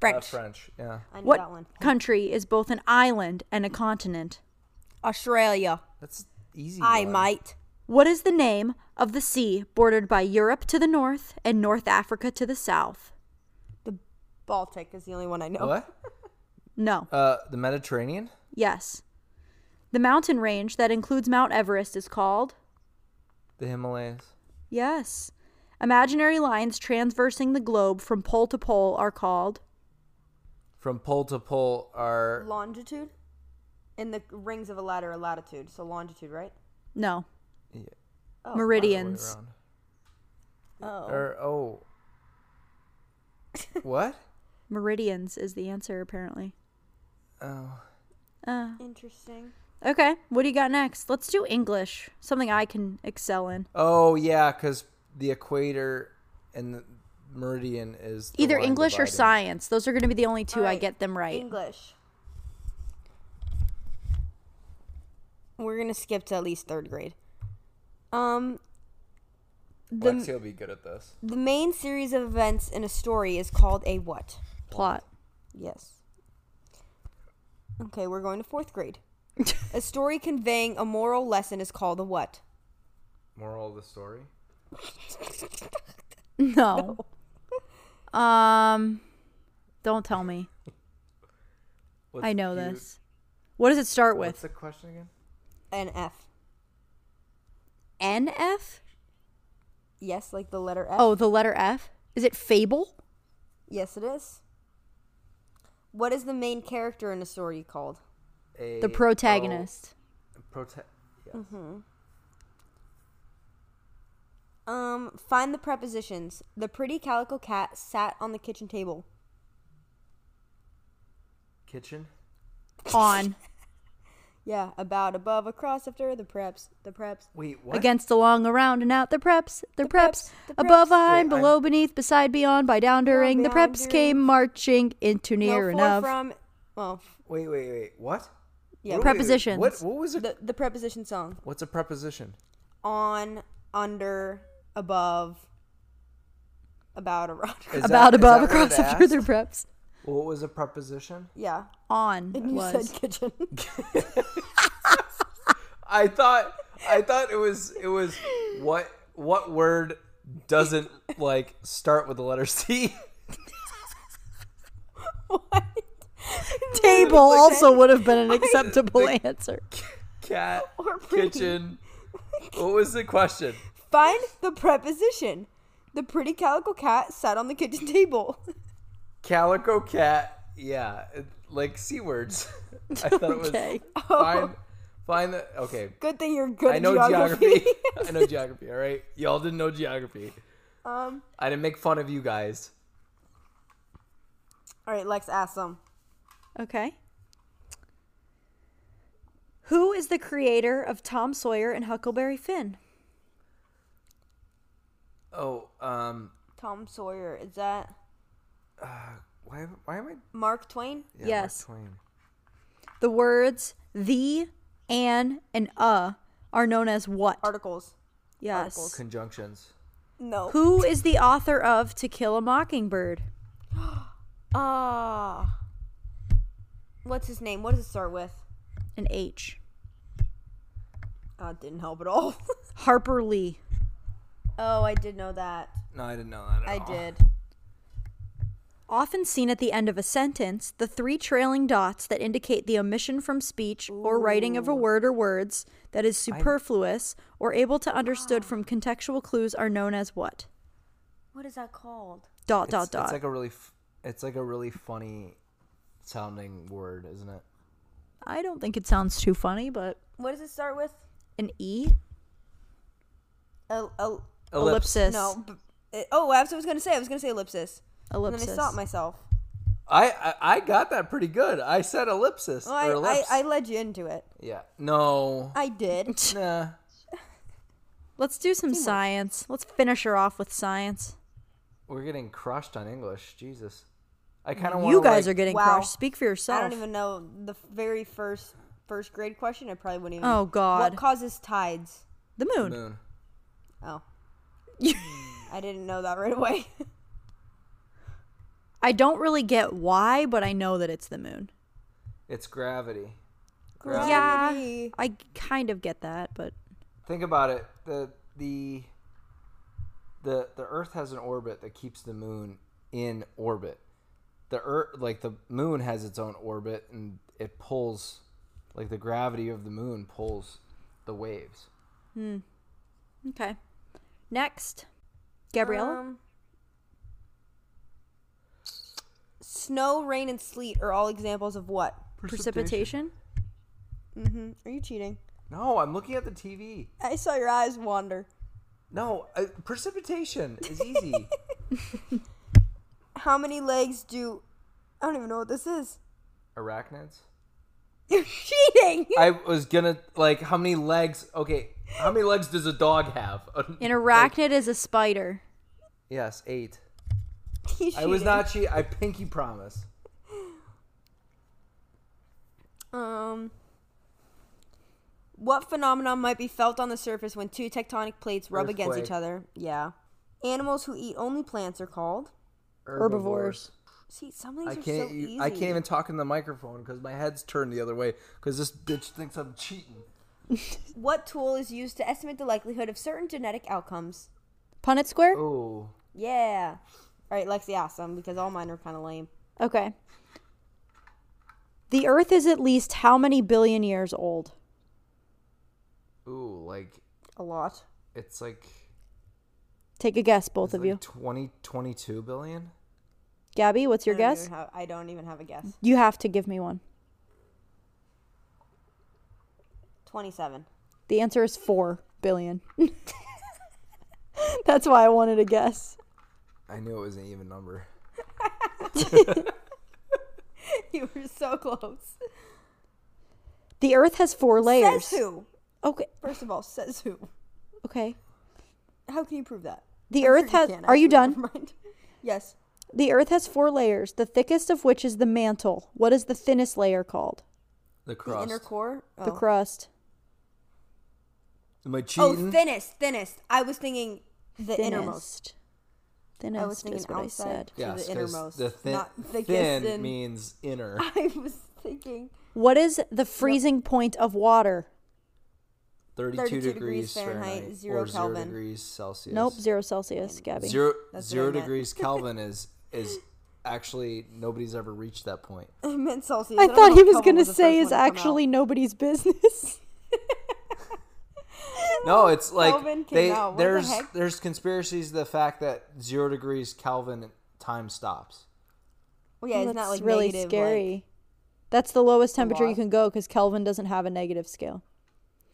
[SPEAKER 1] French.
[SPEAKER 3] French. Yeah,
[SPEAKER 1] I knew
[SPEAKER 2] What
[SPEAKER 1] that one.
[SPEAKER 2] country is both an island and a continent?
[SPEAKER 1] Australia.
[SPEAKER 3] that's easy.
[SPEAKER 1] I
[SPEAKER 3] one.
[SPEAKER 1] might.
[SPEAKER 2] What is the name of the sea bordered by Europe to the north and North Africa to the south?
[SPEAKER 1] The Baltic is the only one I know.
[SPEAKER 3] What?
[SPEAKER 2] No.
[SPEAKER 3] Uh, the Mediterranean.
[SPEAKER 2] Yes. The mountain range that includes Mount Everest is called?
[SPEAKER 3] The Himalayas.
[SPEAKER 2] Yes. Imaginary lines transversing the globe from pole to pole are called?
[SPEAKER 3] From pole to pole are
[SPEAKER 1] Longitude. In the rings of a ladder, a latitude. So longitude, right?
[SPEAKER 2] No.
[SPEAKER 3] Yeah, other way
[SPEAKER 2] Meridians.
[SPEAKER 3] around.
[SPEAKER 1] Oh.
[SPEAKER 3] Or oh. what? <laughs>
[SPEAKER 2] Meridians is the answer, apparently.
[SPEAKER 3] Oh.
[SPEAKER 2] Uh,
[SPEAKER 1] Interesting.
[SPEAKER 2] Okay, what do you got next? Let's do English, something I can excel in.
[SPEAKER 3] Oh yeah, because the equator and the meridian is the
[SPEAKER 2] Either
[SPEAKER 3] line
[SPEAKER 2] English or
[SPEAKER 3] dividing.
[SPEAKER 2] science. Those are going to be the only two I
[SPEAKER 1] Alright,
[SPEAKER 2] get them right.
[SPEAKER 1] English. We're gonna skip to at least third grade. Um,
[SPEAKER 3] Lexi will be good at this.
[SPEAKER 1] the main series of events in a story is called a what?
[SPEAKER 2] Plot.
[SPEAKER 1] Yes. Okay, we're going to fourth
[SPEAKER 2] <laughs>
[SPEAKER 1] grade. a story conveying a moral lesson is called a what?
[SPEAKER 3] Moral of the story.
[SPEAKER 2] <laughs> No. <laughs> um, don't tell me.
[SPEAKER 3] What's
[SPEAKER 2] I know
[SPEAKER 3] cute-
[SPEAKER 2] this. What does it start with?
[SPEAKER 3] What's the question again?
[SPEAKER 1] An F.
[SPEAKER 2] NF?
[SPEAKER 1] Yes, like the letter F.
[SPEAKER 2] Oh, the letter F. Is it fable?
[SPEAKER 1] Yes, it is. What is the main character in a story called?
[SPEAKER 3] A
[SPEAKER 2] The protagonist. Mm-hmm.
[SPEAKER 3] O- prota- yes.
[SPEAKER 1] Um, find the prepositions. The pretty calico cat sat on the kitchen table.
[SPEAKER 3] Kitchen.
[SPEAKER 2] On.
[SPEAKER 1] Yeah, about, above, across, after, the preps, the preps.
[SPEAKER 3] Wait, what?
[SPEAKER 2] Against, along, around, and out. The preps. The, preps.
[SPEAKER 1] preps, the
[SPEAKER 2] Above,
[SPEAKER 1] preps.
[SPEAKER 2] behind,
[SPEAKER 3] Wait, I'm-
[SPEAKER 2] below, beneath, beside, beyond, by down, during. The
[SPEAKER 1] beyond,
[SPEAKER 2] preps
[SPEAKER 1] during.
[SPEAKER 2] came marching into
[SPEAKER 1] No,
[SPEAKER 2] near
[SPEAKER 1] for,
[SPEAKER 2] and of.
[SPEAKER 1] from. Well, f-
[SPEAKER 3] Wait, wait, wait. What?
[SPEAKER 1] Yeah.
[SPEAKER 3] Wait, wait, wait.
[SPEAKER 2] Prepositions.
[SPEAKER 3] What? What was it?
[SPEAKER 1] the the preposition song.
[SPEAKER 3] What's a preposition?
[SPEAKER 1] On, under, above, about, around.
[SPEAKER 2] about,
[SPEAKER 3] Is that- is
[SPEAKER 2] above,
[SPEAKER 3] that what it
[SPEAKER 2] across, after, the
[SPEAKER 3] asked?
[SPEAKER 2] preps.
[SPEAKER 3] What was a preposition?
[SPEAKER 1] <laughs> Yeah.
[SPEAKER 2] On
[SPEAKER 1] And you <laughs>
[SPEAKER 2] was.
[SPEAKER 1] said kitchen.
[SPEAKER 3] I thought I thought it was it was what what word doesn't like start with the letter C? <laughs>
[SPEAKER 1] <laughs>
[SPEAKER 2] Table also would have been an acceptable answer.
[SPEAKER 3] Cat
[SPEAKER 1] Or pretty.
[SPEAKER 3] kitchen. What was the question?
[SPEAKER 1] Find the preposition. The pretty calico cat sat on the kitchen table. <laughs>
[SPEAKER 3] Calico cat. Yeah, it, like C words. I thought it was
[SPEAKER 2] Okay.
[SPEAKER 3] fine. Fine. The, okay.
[SPEAKER 1] Good thing you're good
[SPEAKER 3] I
[SPEAKER 1] at
[SPEAKER 3] know
[SPEAKER 1] geography.
[SPEAKER 3] geography. <laughs> I know geography. All right, y'all didn't know geography.
[SPEAKER 1] um.
[SPEAKER 3] I didn't make fun of you guys.
[SPEAKER 1] <laughs> All right, Lex, ask them.
[SPEAKER 2] Okay. Who is the creator of Tom Sawyer and Huckleberry Finn?
[SPEAKER 3] Oh, um,
[SPEAKER 1] Tom Sawyer. Is that
[SPEAKER 3] why? Why am I?
[SPEAKER 1] Mark Twain?
[SPEAKER 3] Yeah, Mark
[SPEAKER 2] Yes.
[SPEAKER 3] Twain.
[SPEAKER 2] The words the, an, and uh are known as what?
[SPEAKER 1] Articles.
[SPEAKER 2] yes.
[SPEAKER 3] Conjunctions.
[SPEAKER 1] No.
[SPEAKER 2] Who is the author of To Kill a Mockingbird?
[SPEAKER 1] Ah. what's his name? What does it start with?
[SPEAKER 2] An H.
[SPEAKER 1] Uh, didn't help at all. <laughs>
[SPEAKER 2] Harper Lee.
[SPEAKER 1] oh, I did know that.
[SPEAKER 3] No, I didn't know that. At
[SPEAKER 1] I
[SPEAKER 3] all. <laughs>
[SPEAKER 1] did.
[SPEAKER 2] Often seen at the end of a sentence, the three trailing dots that indicate the omission from speech or writing of a word or words that is superfluous or able to
[SPEAKER 3] <gasps>
[SPEAKER 2] understood from contextual clues are known as what?
[SPEAKER 1] What is that called?
[SPEAKER 2] Dot,
[SPEAKER 3] It's-
[SPEAKER 2] dot, dot.
[SPEAKER 3] It's like a really, f- it's like a really funny sounding word, isn't it?
[SPEAKER 2] I don't think it sounds too funny, but
[SPEAKER 1] What does it start with?
[SPEAKER 2] an E?
[SPEAKER 1] El- el-
[SPEAKER 3] Ellipse.
[SPEAKER 2] Ellipsis.
[SPEAKER 1] no. B- it- oh, I was I was gonna say. I was gonna say ellipsis. And
[SPEAKER 2] Ellipsis.
[SPEAKER 1] then I stopped myself.
[SPEAKER 3] I, I I got that pretty good. I said ellipsis.
[SPEAKER 1] Well, I,
[SPEAKER 3] or
[SPEAKER 1] I,
[SPEAKER 3] ellipse.
[SPEAKER 1] I led you into it.
[SPEAKER 3] yeah. No.
[SPEAKER 1] I <laughs> did.
[SPEAKER 3] nah.
[SPEAKER 2] Let's do some science. Let's finish her off with science.
[SPEAKER 3] We're getting crushed on English. Jesus. I kind of want
[SPEAKER 2] You guys are getting
[SPEAKER 1] wow.
[SPEAKER 2] crushed. Speak for yourself.
[SPEAKER 1] I don't even know the f- very first first grade question. I probably wouldn't even.
[SPEAKER 2] Oh, God.
[SPEAKER 1] What causes tides?
[SPEAKER 2] The moon.
[SPEAKER 3] moon.
[SPEAKER 1] <laughs> Oh, I didn't know that right away. <laughs>
[SPEAKER 2] I don't really get why, but I know that it's the moon.
[SPEAKER 3] It's gravity.
[SPEAKER 1] Gravity.
[SPEAKER 2] I kind of get that, but
[SPEAKER 3] Think about it. The the the the Earth has an orbit that keeps the moon in orbit. The Earth, like the moon, has its own orbit, and it pulls, like the gravity of the moon pulls the waves.
[SPEAKER 2] okay. Next, Gabriella.
[SPEAKER 1] Um, snow, rain, and sleet are all examples of what?
[SPEAKER 2] precipitation.
[SPEAKER 1] Mm-hmm. Are you cheating?
[SPEAKER 3] No, I'm looking at the TV.
[SPEAKER 1] I saw your eyes wander.
[SPEAKER 3] No, uh, precipitation is easy.
[SPEAKER 1] How many legs do? I don't even know what this is. <laughs>
[SPEAKER 3] Arachnids.
[SPEAKER 1] You're cheating. <laughs>
[SPEAKER 3] I was gonna like how many legs? Okay, how many legs does a dog have? <laughs>
[SPEAKER 2] An arachnid is a spider.
[SPEAKER 3] yes, eight.
[SPEAKER 1] He's
[SPEAKER 3] I was
[SPEAKER 1] cheating.
[SPEAKER 3] not cheating. I pinky promise.
[SPEAKER 1] Um, what phenomenon might be felt on the surface when two tectonic plates rub against each
[SPEAKER 3] Earthquake.
[SPEAKER 1] other? Yeah. Animals who eat only plants are called.
[SPEAKER 2] Herbivores.
[SPEAKER 1] See, some of
[SPEAKER 3] I
[SPEAKER 1] these are
[SPEAKER 3] can't.
[SPEAKER 1] so
[SPEAKER 3] e-
[SPEAKER 1] easy.
[SPEAKER 3] I can't even talk in the microphone because my head's turned the other way because this bitch thinks I'm cheating.
[SPEAKER 1] What tool is used to estimate the likelihood of certain genetic outcomes?
[SPEAKER 2] Punnett square?
[SPEAKER 3] Oh,
[SPEAKER 1] Yeah. All right, Lexi, ask them because all mine are kind of lame.
[SPEAKER 2] Okay. The Earth is at least how many billion years old?
[SPEAKER 3] ooh, like
[SPEAKER 1] A lot.
[SPEAKER 3] it's like
[SPEAKER 2] Take a guess, both
[SPEAKER 3] it's
[SPEAKER 2] of
[SPEAKER 3] like
[SPEAKER 2] you.
[SPEAKER 3] 20, 22 billion.
[SPEAKER 2] Gabby, what's your
[SPEAKER 1] I don't
[SPEAKER 2] guess?
[SPEAKER 1] even have- I don't even have a guess.
[SPEAKER 2] you have to give me one.
[SPEAKER 1] Twenty-seven. <laughs>
[SPEAKER 2] The answer is four billion. <laughs> That's why I wanted to guess.
[SPEAKER 3] I knew it was an even number.
[SPEAKER 1] you were so close.
[SPEAKER 2] The Earth has four layers.
[SPEAKER 1] Says who?
[SPEAKER 2] Okay.
[SPEAKER 1] First of all, says who?
[SPEAKER 2] Okay.
[SPEAKER 1] How can you prove that?
[SPEAKER 2] The
[SPEAKER 1] I'm sure
[SPEAKER 2] Earth has.
[SPEAKER 1] can,
[SPEAKER 2] Are you
[SPEAKER 1] actually,
[SPEAKER 2] done?
[SPEAKER 1] never mind. <laughs> Yes.
[SPEAKER 2] The Earth has four layers, the thickest of which is the mantle. What is the thinnest layer called?
[SPEAKER 3] The
[SPEAKER 1] The
[SPEAKER 3] crust.
[SPEAKER 1] inner core. Oh.
[SPEAKER 2] The crust.
[SPEAKER 3] Am I
[SPEAKER 1] Oh,
[SPEAKER 3] cheating?
[SPEAKER 1] thinnest, thinnest. I was thinking the innermost.
[SPEAKER 2] Thinnest. Thinnest
[SPEAKER 1] I was thinking
[SPEAKER 2] is what
[SPEAKER 1] outside.
[SPEAKER 2] I said.
[SPEAKER 1] to the
[SPEAKER 3] 'cause
[SPEAKER 1] innermost,
[SPEAKER 3] The thin,
[SPEAKER 1] not thickest
[SPEAKER 3] thin
[SPEAKER 1] and-
[SPEAKER 3] means inner.
[SPEAKER 1] <laughs> I was thinking <laughs>
[SPEAKER 2] What is the freezing point of water?
[SPEAKER 3] 32,
[SPEAKER 1] 32
[SPEAKER 3] degrees,
[SPEAKER 1] degrees
[SPEAKER 3] Fahrenheit,
[SPEAKER 1] Fahrenheit, zero
[SPEAKER 3] or
[SPEAKER 1] Kelvin.
[SPEAKER 3] zero degrees Celsius.
[SPEAKER 2] Nope, zero Celsius, Gabby.
[SPEAKER 3] Zero,
[SPEAKER 1] That's what
[SPEAKER 3] zero
[SPEAKER 1] I meant. <laughs>
[SPEAKER 3] degrees Kelvin is is actually nobody's ever reached that point.
[SPEAKER 1] I meant Celsius.
[SPEAKER 2] I
[SPEAKER 1] don't
[SPEAKER 2] thought
[SPEAKER 1] know
[SPEAKER 2] he
[SPEAKER 1] if
[SPEAKER 2] was
[SPEAKER 1] Kelvin
[SPEAKER 2] going to
[SPEAKER 1] the
[SPEAKER 2] say
[SPEAKER 1] first one to
[SPEAKER 2] is
[SPEAKER 1] come out.
[SPEAKER 2] actually nobody's <laughs> business.
[SPEAKER 3] No, it's like
[SPEAKER 1] Kelvin came
[SPEAKER 3] they
[SPEAKER 1] out. What the
[SPEAKER 3] there's
[SPEAKER 1] heck?
[SPEAKER 3] there's conspiracies to the fact that zero degrees Kelvin time stops.
[SPEAKER 1] Well, yeah, it's
[SPEAKER 2] That's
[SPEAKER 1] not like
[SPEAKER 2] really
[SPEAKER 1] negative, like-
[SPEAKER 2] scary. That's the lowest temperature you
[SPEAKER 1] lot.
[SPEAKER 2] can go because Kelvin doesn't have a negative scale.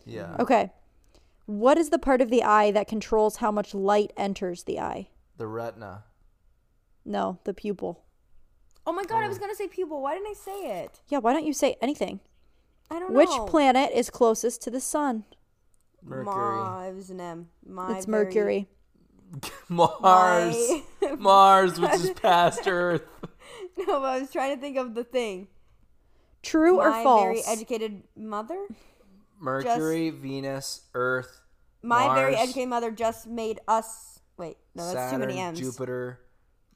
[SPEAKER 3] Yeah,
[SPEAKER 2] Okay. What is the part of the eye that controls how much light enters the eye?
[SPEAKER 3] the retina.
[SPEAKER 2] No, the pupil.
[SPEAKER 1] oh my god, I was gonna say pupil. Why didn't I say it?
[SPEAKER 2] Yeah, why don't you say anything?
[SPEAKER 1] I don't
[SPEAKER 2] Which
[SPEAKER 1] know.
[SPEAKER 2] planet is closest to the sun?
[SPEAKER 3] Mercury.
[SPEAKER 1] Ma, it was an M. My
[SPEAKER 2] it's
[SPEAKER 1] very-
[SPEAKER 2] Mercury.
[SPEAKER 3] <laughs> Mars.
[SPEAKER 1] My-
[SPEAKER 3] Mars, which
[SPEAKER 1] <laughs>
[SPEAKER 3] is past Earth.
[SPEAKER 1] <laughs> No, but I was trying to think of the thing.
[SPEAKER 2] True
[SPEAKER 1] My
[SPEAKER 2] or false?
[SPEAKER 1] very educated mother.
[SPEAKER 3] Mercury, Venus, Earth,
[SPEAKER 1] My very
[SPEAKER 3] Mars.
[SPEAKER 1] educated mother just made us. Wait, no, that's
[SPEAKER 3] Saturn,
[SPEAKER 1] too many M's.
[SPEAKER 3] Jupiter,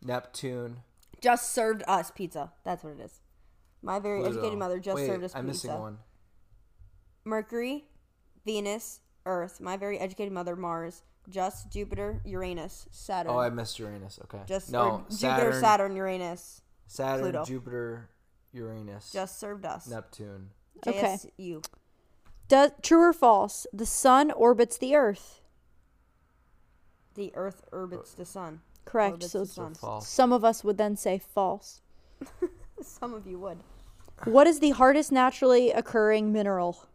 [SPEAKER 3] Neptune.
[SPEAKER 1] Just served us pizza. That's what it is. My very
[SPEAKER 3] Pluto.
[SPEAKER 1] educated mother just
[SPEAKER 3] Wait,
[SPEAKER 1] served us
[SPEAKER 3] I'm
[SPEAKER 1] pizza.
[SPEAKER 3] missing one.
[SPEAKER 1] Mercury, Venus, Earth. My very educated mother, Mars. Just Jupiter, Uranus, Saturn.
[SPEAKER 3] Oh, I missed Uranus. Okay.
[SPEAKER 1] just or
[SPEAKER 3] no
[SPEAKER 1] Jupiter,
[SPEAKER 3] Saturn,
[SPEAKER 1] Saturn, Uranus.
[SPEAKER 3] Saturn,
[SPEAKER 1] Pluto.
[SPEAKER 3] Jupiter, Uranus,
[SPEAKER 1] Just served us.
[SPEAKER 3] Neptune.
[SPEAKER 2] Okay.
[SPEAKER 1] JSU.
[SPEAKER 2] Does true or false? The sun orbits the Earth.
[SPEAKER 1] The Earth orbits the sun. <laughs>
[SPEAKER 2] Correct.
[SPEAKER 1] Orbits
[SPEAKER 2] So
[SPEAKER 1] the sun.
[SPEAKER 3] False.
[SPEAKER 2] some of us would then say false.
[SPEAKER 1] Some of you would.
[SPEAKER 2] What is the hardest naturally occurring mineral?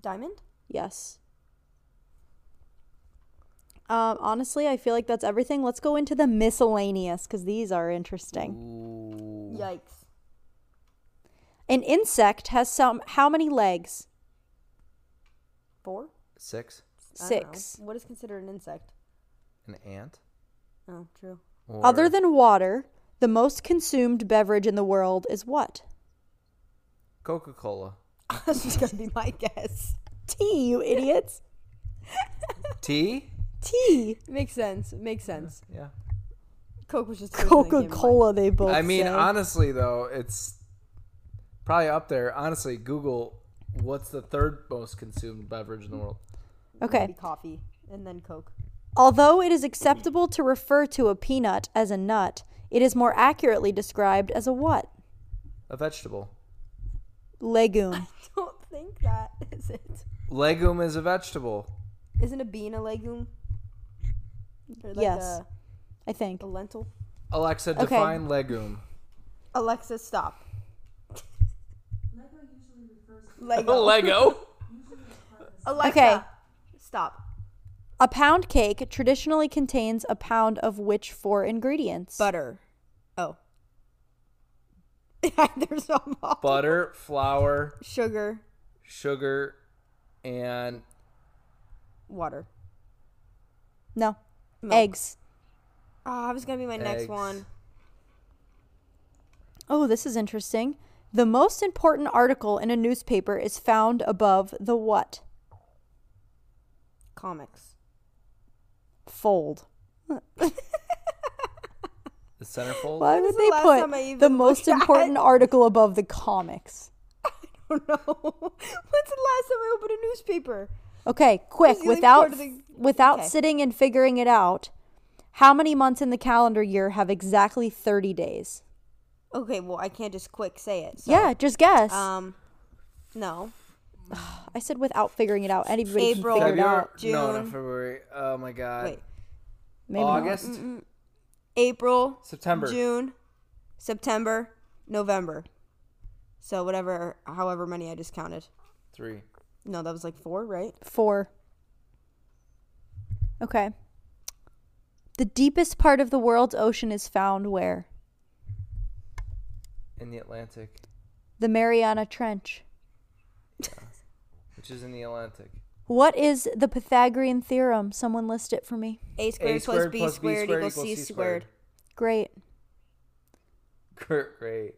[SPEAKER 1] Diamond?
[SPEAKER 2] Yes. Um, honestly, I feel like that's everything. Let's go into the miscellaneous because these are interesting.
[SPEAKER 3] Ooh.
[SPEAKER 1] Yikes.
[SPEAKER 2] An insect has some how many legs?
[SPEAKER 1] Four?
[SPEAKER 3] Six.
[SPEAKER 1] I don't know.
[SPEAKER 2] Six.
[SPEAKER 1] What is considered an insect?
[SPEAKER 3] An ant.
[SPEAKER 1] Oh, true. <laughs>
[SPEAKER 2] Other
[SPEAKER 3] Or-
[SPEAKER 2] than water, the most consumed beverage in the world is what?
[SPEAKER 3] Coca-Cola.
[SPEAKER 1] That's just gonna be my <laughs> guess.
[SPEAKER 2] Tea, you idiots.
[SPEAKER 3] Tea.
[SPEAKER 2] Tea.
[SPEAKER 1] Makes sense. Makes sense.
[SPEAKER 3] Yeah.
[SPEAKER 1] Coke was just the first thing that came to
[SPEAKER 2] Coca
[SPEAKER 1] mind.
[SPEAKER 2] Cola, they both.
[SPEAKER 3] I mean,
[SPEAKER 2] say.
[SPEAKER 3] honestly, though, it's probably up there. Honestly, Google what's the third most consumed beverage in the world.
[SPEAKER 2] okay.
[SPEAKER 1] coffee and then Coke. <laughs>
[SPEAKER 2] Although it is acceptable to refer to a peanut as a nut, it is more accurately described as a what?
[SPEAKER 3] A vegetable.
[SPEAKER 2] Legume.
[SPEAKER 1] Don't think that is it.
[SPEAKER 3] Legume is a vegetable.
[SPEAKER 1] Isn't a bean a legume? Or like
[SPEAKER 2] Yes.
[SPEAKER 1] A,
[SPEAKER 2] I think.
[SPEAKER 1] a lentil.
[SPEAKER 3] Alexa,
[SPEAKER 2] Okay.
[SPEAKER 3] define legume.
[SPEAKER 1] Alexa, stop.
[SPEAKER 3] A <laughs>
[SPEAKER 1] Lego.
[SPEAKER 3] Lego.
[SPEAKER 1] Alexa,
[SPEAKER 2] Okay.
[SPEAKER 1] stop.
[SPEAKER 2] A pound cake traditionally contains a pound of which four ingredients?
[SPEAKER 1] Butter. Oh. <laughs> There's no malt.
[SPEAKER 3] butter, flour,
[SPEAKER 1] Sugar,
[SPEAKER 3] sugar, and
[SPEAKER 1] water.
[SPEAKER 2] No.
[SPEAKER 1] Milk.
[SPEAKER 2] Eggs.
[SPEAKER 1] Ah, that was gonna be my next
[SPEAKER 3] Eggs.
[SPEAKER 1] one.
[SPEAKER 2] Oh, this is interesting. The most important article in a newspaper is found above the what?
[SPEAKER 1] Comics.
[SPEAKER 2] Fold.
[SPEAKER 3] the centerfold.
[SPEAKER 2] Why
[SPEAKER 1] When is
[SPEAKER 2] would
[SPEAKER 1] the
[SPEAKER 2] they
[SPEAKER 1] last time I
[SPEAKER 2] put
[SPEAKER 1] even
[SPEAKER 2] the most
[SPEAKER 1] looked at-
[SPEAKER 2] important article above the comics?
[SPEAKER 1] <laughs> Oh no! <laughs> When's the last time I opened a newspaper?
[SPEAKER 2] Okay, quick,
[SPEAKER 1] Is it like
[SPEAKER 2] without
[SPEAKER 1] part of the-
[SPEAKER 2] without
[SPEAKER 1] okay.
[SPEAKER 2] sitting and figuring it out, how many months in the calendar year have exactly 30 days?
[SPEAKER 1] Okay, well I can't just quick say it. So,
[SPEAKER 2] yeah, just guess.
[SPEAKER 1] Um, no.
[SPEAKER 2] I said without figuring it out. Anybody
[SPEAKER 1] April.
[SPEAKER 2] can
[SPEAKER 3] February?
[SPEAKER 2] figure it out.
[SPEAKER 3] No, not
[SPEAKER 1] June.
[SPEAKER 3] February. Oh my god.
[SPEAKER 1] Wait.
[SPEAKER 2] Maybe not.
[SPEAKER 3] August,
[SPEAKER 1] April,
[SPEAKER 3] September.
[SPEAKER 1] June, September, November. So whatever, however many I just counted.
[SPEAKER 3] three.
[SPEAKER 1] No, that was like four, right?
[SPEAKER 2] Four. Okay. The deepest part of the world's ocean is found where?
[SPEAKER 3] In the Atlantic,
[SPEAKER 2] The Mariana Trench.
[SPEAKER 3] which is in the Atlantic.
[SPEAKER 2] What is the Pythagorean theorem? Someone list it for me.
[SPEAKER 1] A squared,
[SPEAKER 3] A
[SPEAKER 1] plus,
[SPEAKER 3] squared
[SPEAKER 1] B
[SPEAKER 3] plus B
[SPEAKER 1] squared,
[SPEAKER 3] squared
[SPEAKER 1] equals C
[SPEAKER 3] equals C
[SPEAKER 1] squared.
[SPEAKER 2] Great.
[SPEAKER 3] <laughs> Great.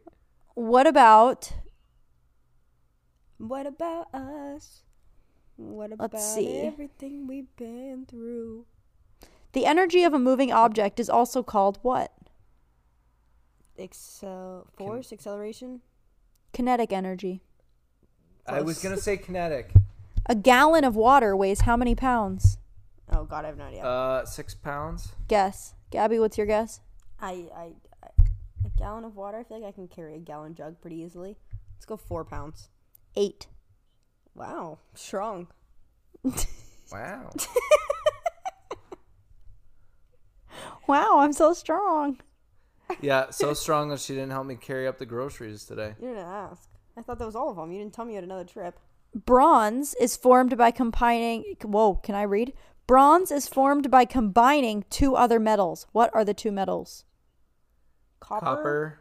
[SPEAKER 2] What about
[SPEAKER 1] What about us? What about
[SPEAKER 2] see.
[SPEAKER 1] everything we've been through?
[SPEAKER 2] the energy of a moving object is also called what?
[SPEAKER 1] Excel force, acceleration.
[SPEAKER 2] Kinetic energy.
[SPEAKER 3] I was gonna
[SPEAKER 1] <laughs>
[SPEAKER 3] say kinetic.
[SPEAKER 2] A gallon of water weighs how many pounds?
[SPEAKER 1] Oh God, I have no idea.
[SPEAKER 3] Uh, six pounds.
[SPEAKER 2] Guess. Gabby, what's your guess?
[SPEAKER 1] I, I, I, a gallon of water. I feel like I can carry a gallon jug pretty easily. Let's go four pounds.
[SPEAKER 2] Eight.
[SPEAKER 1] Wow, strong. <laughs>
[SPEAKER 3] Wow.
[SPEAKER 2] Wow, I'm so strong.
[SPEAKER 3] yeah, so strong that she didn't help me carry up the groceries today.
[SPEAKER 1] You didn't ask. I thought that was all of them. You didn't tell me you had another trip.
[SPEAKER 2] Bronze is formed by combining. Whoa, can I read? Bronze is formed by combining two other metals. What are the two metals?
[SPEAKER 1] Copper.
[SPEAKER 3] Copper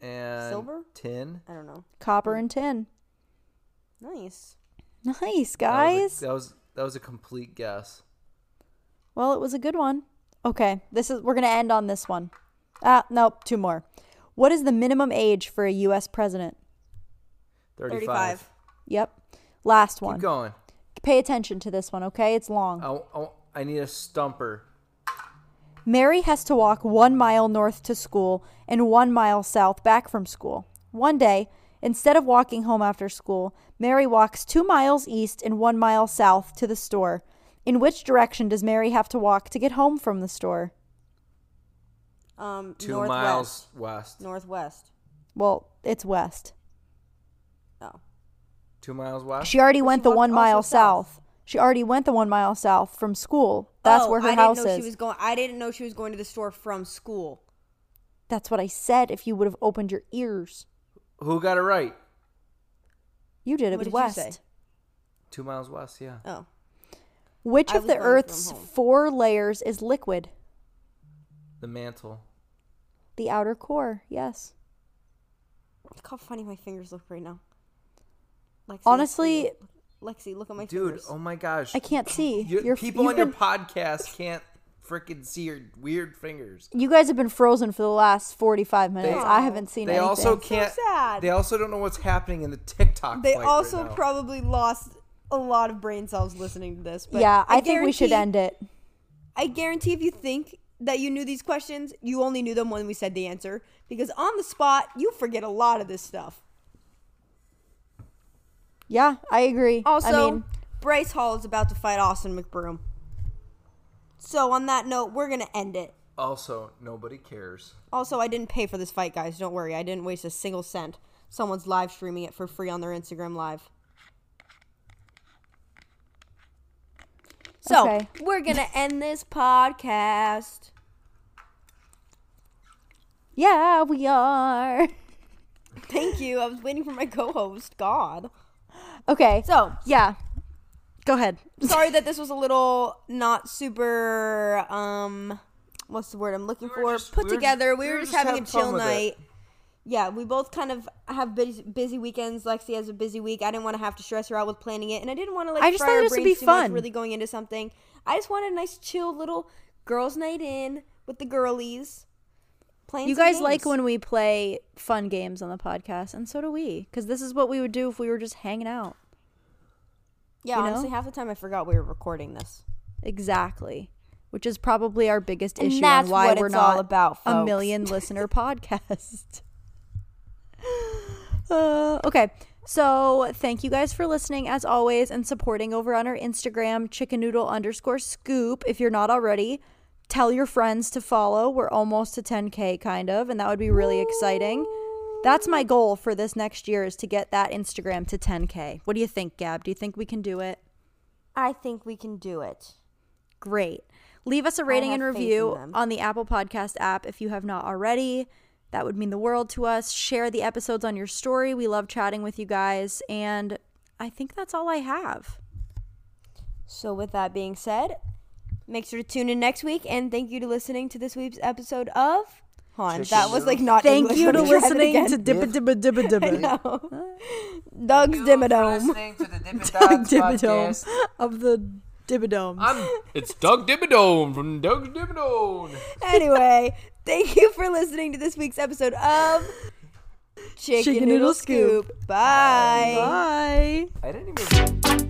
[SPEAKER 3] and
[SPEAKER 1] Silver?
[SPEAKER 3] tin.
[SPEAKER 1] I don't know.
[SPEAKER 2] Copper and tin.
[SPEAKER 1] Nice.
[SPEAKER 2] Nice,
[SPEAKER 3] That
[SPEAKER 2] guys.
[SPEAKER 3] was a- that was that was a complete guess.
[SPEAKER 2] Well, it was a good one. Okay, this is we're gonna end on this one. Ah, nope, two more. What is the minimum age for a U.S. president?
[SPEAKER 3] Thirty-five.
[SPEAKER 2] Yep. Last
[SPEAKER 3] Keep
[SPEAKER 2] one.
[SPEAKER 3] going.
[SPEAKER 2] Pay attention to this one, okay? It's long.
[SPEAKER 3] I, I, I need a stumper.
[SPEAKER 2] Mary has to walk one mile north to school and one mile south back from school. One day, instead of walking home after school, Mary walks two miles east and one mile south to the store. In which direction does Mary have to walk to get home from the store?
[SPEAKER 1] Um,
[SPEAKER 3] Two
[SPEAKER 1] northwest.
[SPEAKER 3] miles west.
[SPEAKER 1] Northwest.
[SPEAKER 2] Well, it's west.
[SPEAKER 1] Oh.
[SPEAKER 3] Two miles west.
[SPEAKER 2] She already
[SPEAKER 1] But
[SPEAKER 2] went
[SPEAKER 1] she
[SPEAKER 2] the
[SPEAKER 1] walked
[SPEAKER 2] one
[SPEAKER 1] also
[SPEAKER 2] mile
[SPEAKER 1] south.
[SPEAKER 2] south. She already went the one mile south from school. That's
[SPEAKER 1] Oh,
[SPEAKER 2] where her
[SPEAKER 1] I
[SPEAKER 2] house
[SPEAKER 1] didn't know
[SPEAKER 2] is.
[SPEAKER 1] She was going. I didn't know she was going to the store from school.
[SPEAKER 2] That's what I said if you would have opened your ears.
[SPEAKER 3] Who got it right?
[SPEAKER 2] You did. It
[SPEAKER 1] What
[SPEAKER 2] was
[SPEAKER 1] did you say?
[SPEAKER 2] west.
[SPEAKER 3] Two miles west. Yeah.
[SPEAKER 1] Oh,
[SPEAKER 2] Which
[SPEAKER 1] I
[SPEAKER 2] of
[SPEAKER 1] was
[SPEAKER 2] the
[SPEAKER 1] going from
[SPEAKER 2] Earth's
[SPEAKER 1] home.
[SPEAKER 2] four layers is liquid?
[SPEAKER 3] The mantle.
[SPEAKER 2] The outer core, yes.
[SPEAKER 1] look how funny my fingers look right now. Lexi, Lexi,
[SPEAKER 2] Honestly-
[SPEAKER 1] look- Lexi, look at my
[SPEAKER 3] Dude,
[SPEAKER 1] fingers.
[SPEAKER 3] oh my gosh.
[SPEAKER 2] I can't see.
[SPEAKER 3] You-
[SPEAKER 2] You're-
[SPEAKER 3] people
[SPEAKER 2] you've
[SPEAKER 3] on your
[SPEAKER 2] been-
[SPEAKER 3] podcast can't freaking see your weird fingers.
[SPEAKER 2] You guys have been frozen for the last 45
[SPEAKER 3] They-
[SPEAKER 2] minutes. I haven't seen
[SPEAKER 3] They
[SPEAKER 2] anything.
[SPEAKER 3] also can't.
[SPEAKER 1] sad.
[SPEAKER 3] They also don't know what's happening in the TikTok.
[SPEAKER 1] They
[SPEAKER 3] fight right
[SPEAKER 1] also
[SPEAKER 3] now.
[SPEAKER 1] probably lost a lot of brain cells listening to this. But
[SPEAKER 2] yeah, I, think we should
[SPEAKER 1] guarantee-
[SPEAKER 2] end it.
[SPEAKER 1] I guarantee if you think that you knew these questions, you only knew them when we said the answer. Because on the spot, you forget a lot of this stuff.
[SPEAKER 2] Yeah, I agree.
[SPEAKER 1] Also,
[SPEAKER 2] I mean,
[SPEAKER 1] Bryce Hall is about to fight Austin McBroom. So on that note, we're gonna end it.
[SPEAKER 3] Also, nobody cares.
[SPEAKER 1] Also, I didn't pay for this fight, guys. Don't worry, I didn't waste a single cent. Someone's live streaming it for free on their Instagram live. So
[SPEAKER 2] Okay.
[SPEAKER 1] we're gonna end this podcast.
[SPEAKER 2] yeah, we are. <laughs>
[SPEAKER 1] Thank you. I was waiting for my co-host. God.
[SPEAKER 2] Okay.
[SPEAKER 1] So
[SPEAKER 2] yeah. Go ahead.
[SPEAKER 1] sorry that this was a little not super um what's the word i'm looking
[SPEAKER 3] We were
[SPEAKER 1] for
[SPEAKER 3] just-
[SPEAKER 1] put
[SPEAKER 3] we were
[SPEAKER 1] together
[SPEAKER 3] just-
[SPEAKER 1] we
[SPEAKER 3] we
[SPEAKER 1] were
[SPEAKER 3] were
[SPEAKER 1] just
[SPEAKER 3] just
[SPEAKER 1] having a
[SPEAKER 3] having fun
[SPEAKER 1] chill
[SPEAKER 3] with it.
[SPEAKER 1] night yeah, we both kind of have busy, busy weekends. Lexi has a busy week. I didn't want to have to stress her out with planning it, and I didn't want to like
[SPEAKER 2] I just
[SPEAKER 1] fry
[SPEAKER 2] thought
[SPEAKER 1] our
[SPEAKER 2] this would
[SPEAKER 1] brains
[SPEAKER 2] be
[SPEAKER 1] too much
[SPEAKER 2] fun.
[SPEAKER 1] really going into something. I just wanted a nice, chill little girls' night in with the girlies. Playing
[SPEAKER 2] You
[SPEAKER 1] some
[SPEAKER 2] guys like
[SPEAKER 1] games.
[SPEAKER 2] when we play fun games on the podcast, and so do we, because this is what we would do if we were just hanging out.
[SPEAKER 1] yeah.
[SPEAKER 2] you know?
[SPEAKER 1] honestly, half the time I forgot we were recording this.
[SPEAKER 2] Exactly. Which is probably our biggest
[SPEAKER 1] And
[SPEAKER 2] issue
[SPEAKER 1] that's
[SPEAKER 2] on why
[SPEAKER 1] what
[SPEAKER 2] we're
[SPEAKER 1] it's all
[SPEAKER 2] not
[SPEAKER 1] about,
[SPEAKER 2] a
[SPEAKER 1] folks. <laughs>
[SPEAKER 2] million listener podcast. <laughs> Uh, okay. So thank you guys for listening as always and supporting over on our Instagram, chicken noodle underscore scoop. If you're not already, tell your friends to follow. We're almost to 10K kind of, and that would be really exciting. That's my goal for this next year is to get that Instagram to 10K. What do you think, Gab? Do you think we can do it?
[SPEAKER 1] I think we can do it.
[SPEAKER 2] great. Leave us a rating
[SPEAKER 1] have
[SPEAKER 2] and
[SPEAKER 1] faith in
[SPEAKER 2] review
[SPEAKER 1] them.
[SPEAKER 2] on the Apple Podcast app if you have not already. That would mean the world to us. Share the episodes on your story. We love chatting with you guys. And I think that's all I have.
[SPEAKER 1] So, with that being said, make sure to tune in next week, and thank you to listening to this week's episode of. Hold on,
[SPEAKER 3] Chicken
[SPEAKER 1] that was like
[SPEAKER 3] Noodle.
[SPEAKER 1] not.
[SPEAKER 2] Thank
[SPEAKER 1] English.
[SPEAKER 2] you
[SPEAKER 1] Let
[SPEAKER 2] to
[SPEAKER 1] me try that
[SPEAKER 2] listening
[SPEAKER 1] again.
[SPEAKER 2] to Dippa Dibba
[SPEAKER 1] <laughs>
[SPEAKER 2] Dibba <laughs> Dibba.
[SPEAKER 1] Doug's Dimmadome.
[SPEAKER 3] Listening to the
[SPEAKER 2] Doug
[SPEAKER 3] Dippin'
[SPEAKER 2] Dibbadome of the Dibbadome.
[SPEAKER 3] I'm, it's Doug Dimmadome from Doug Dimmadome.
[SPEAKER 1] anyway, thank you for listening to this week's episode of Chicken,
[SPEAKER 2] Chicken Noodle
[SPEAKER 1] Noodle Scoop. Bye.
[SPEAKER 2] Bye.
[SPEAKER 3] I didn't even.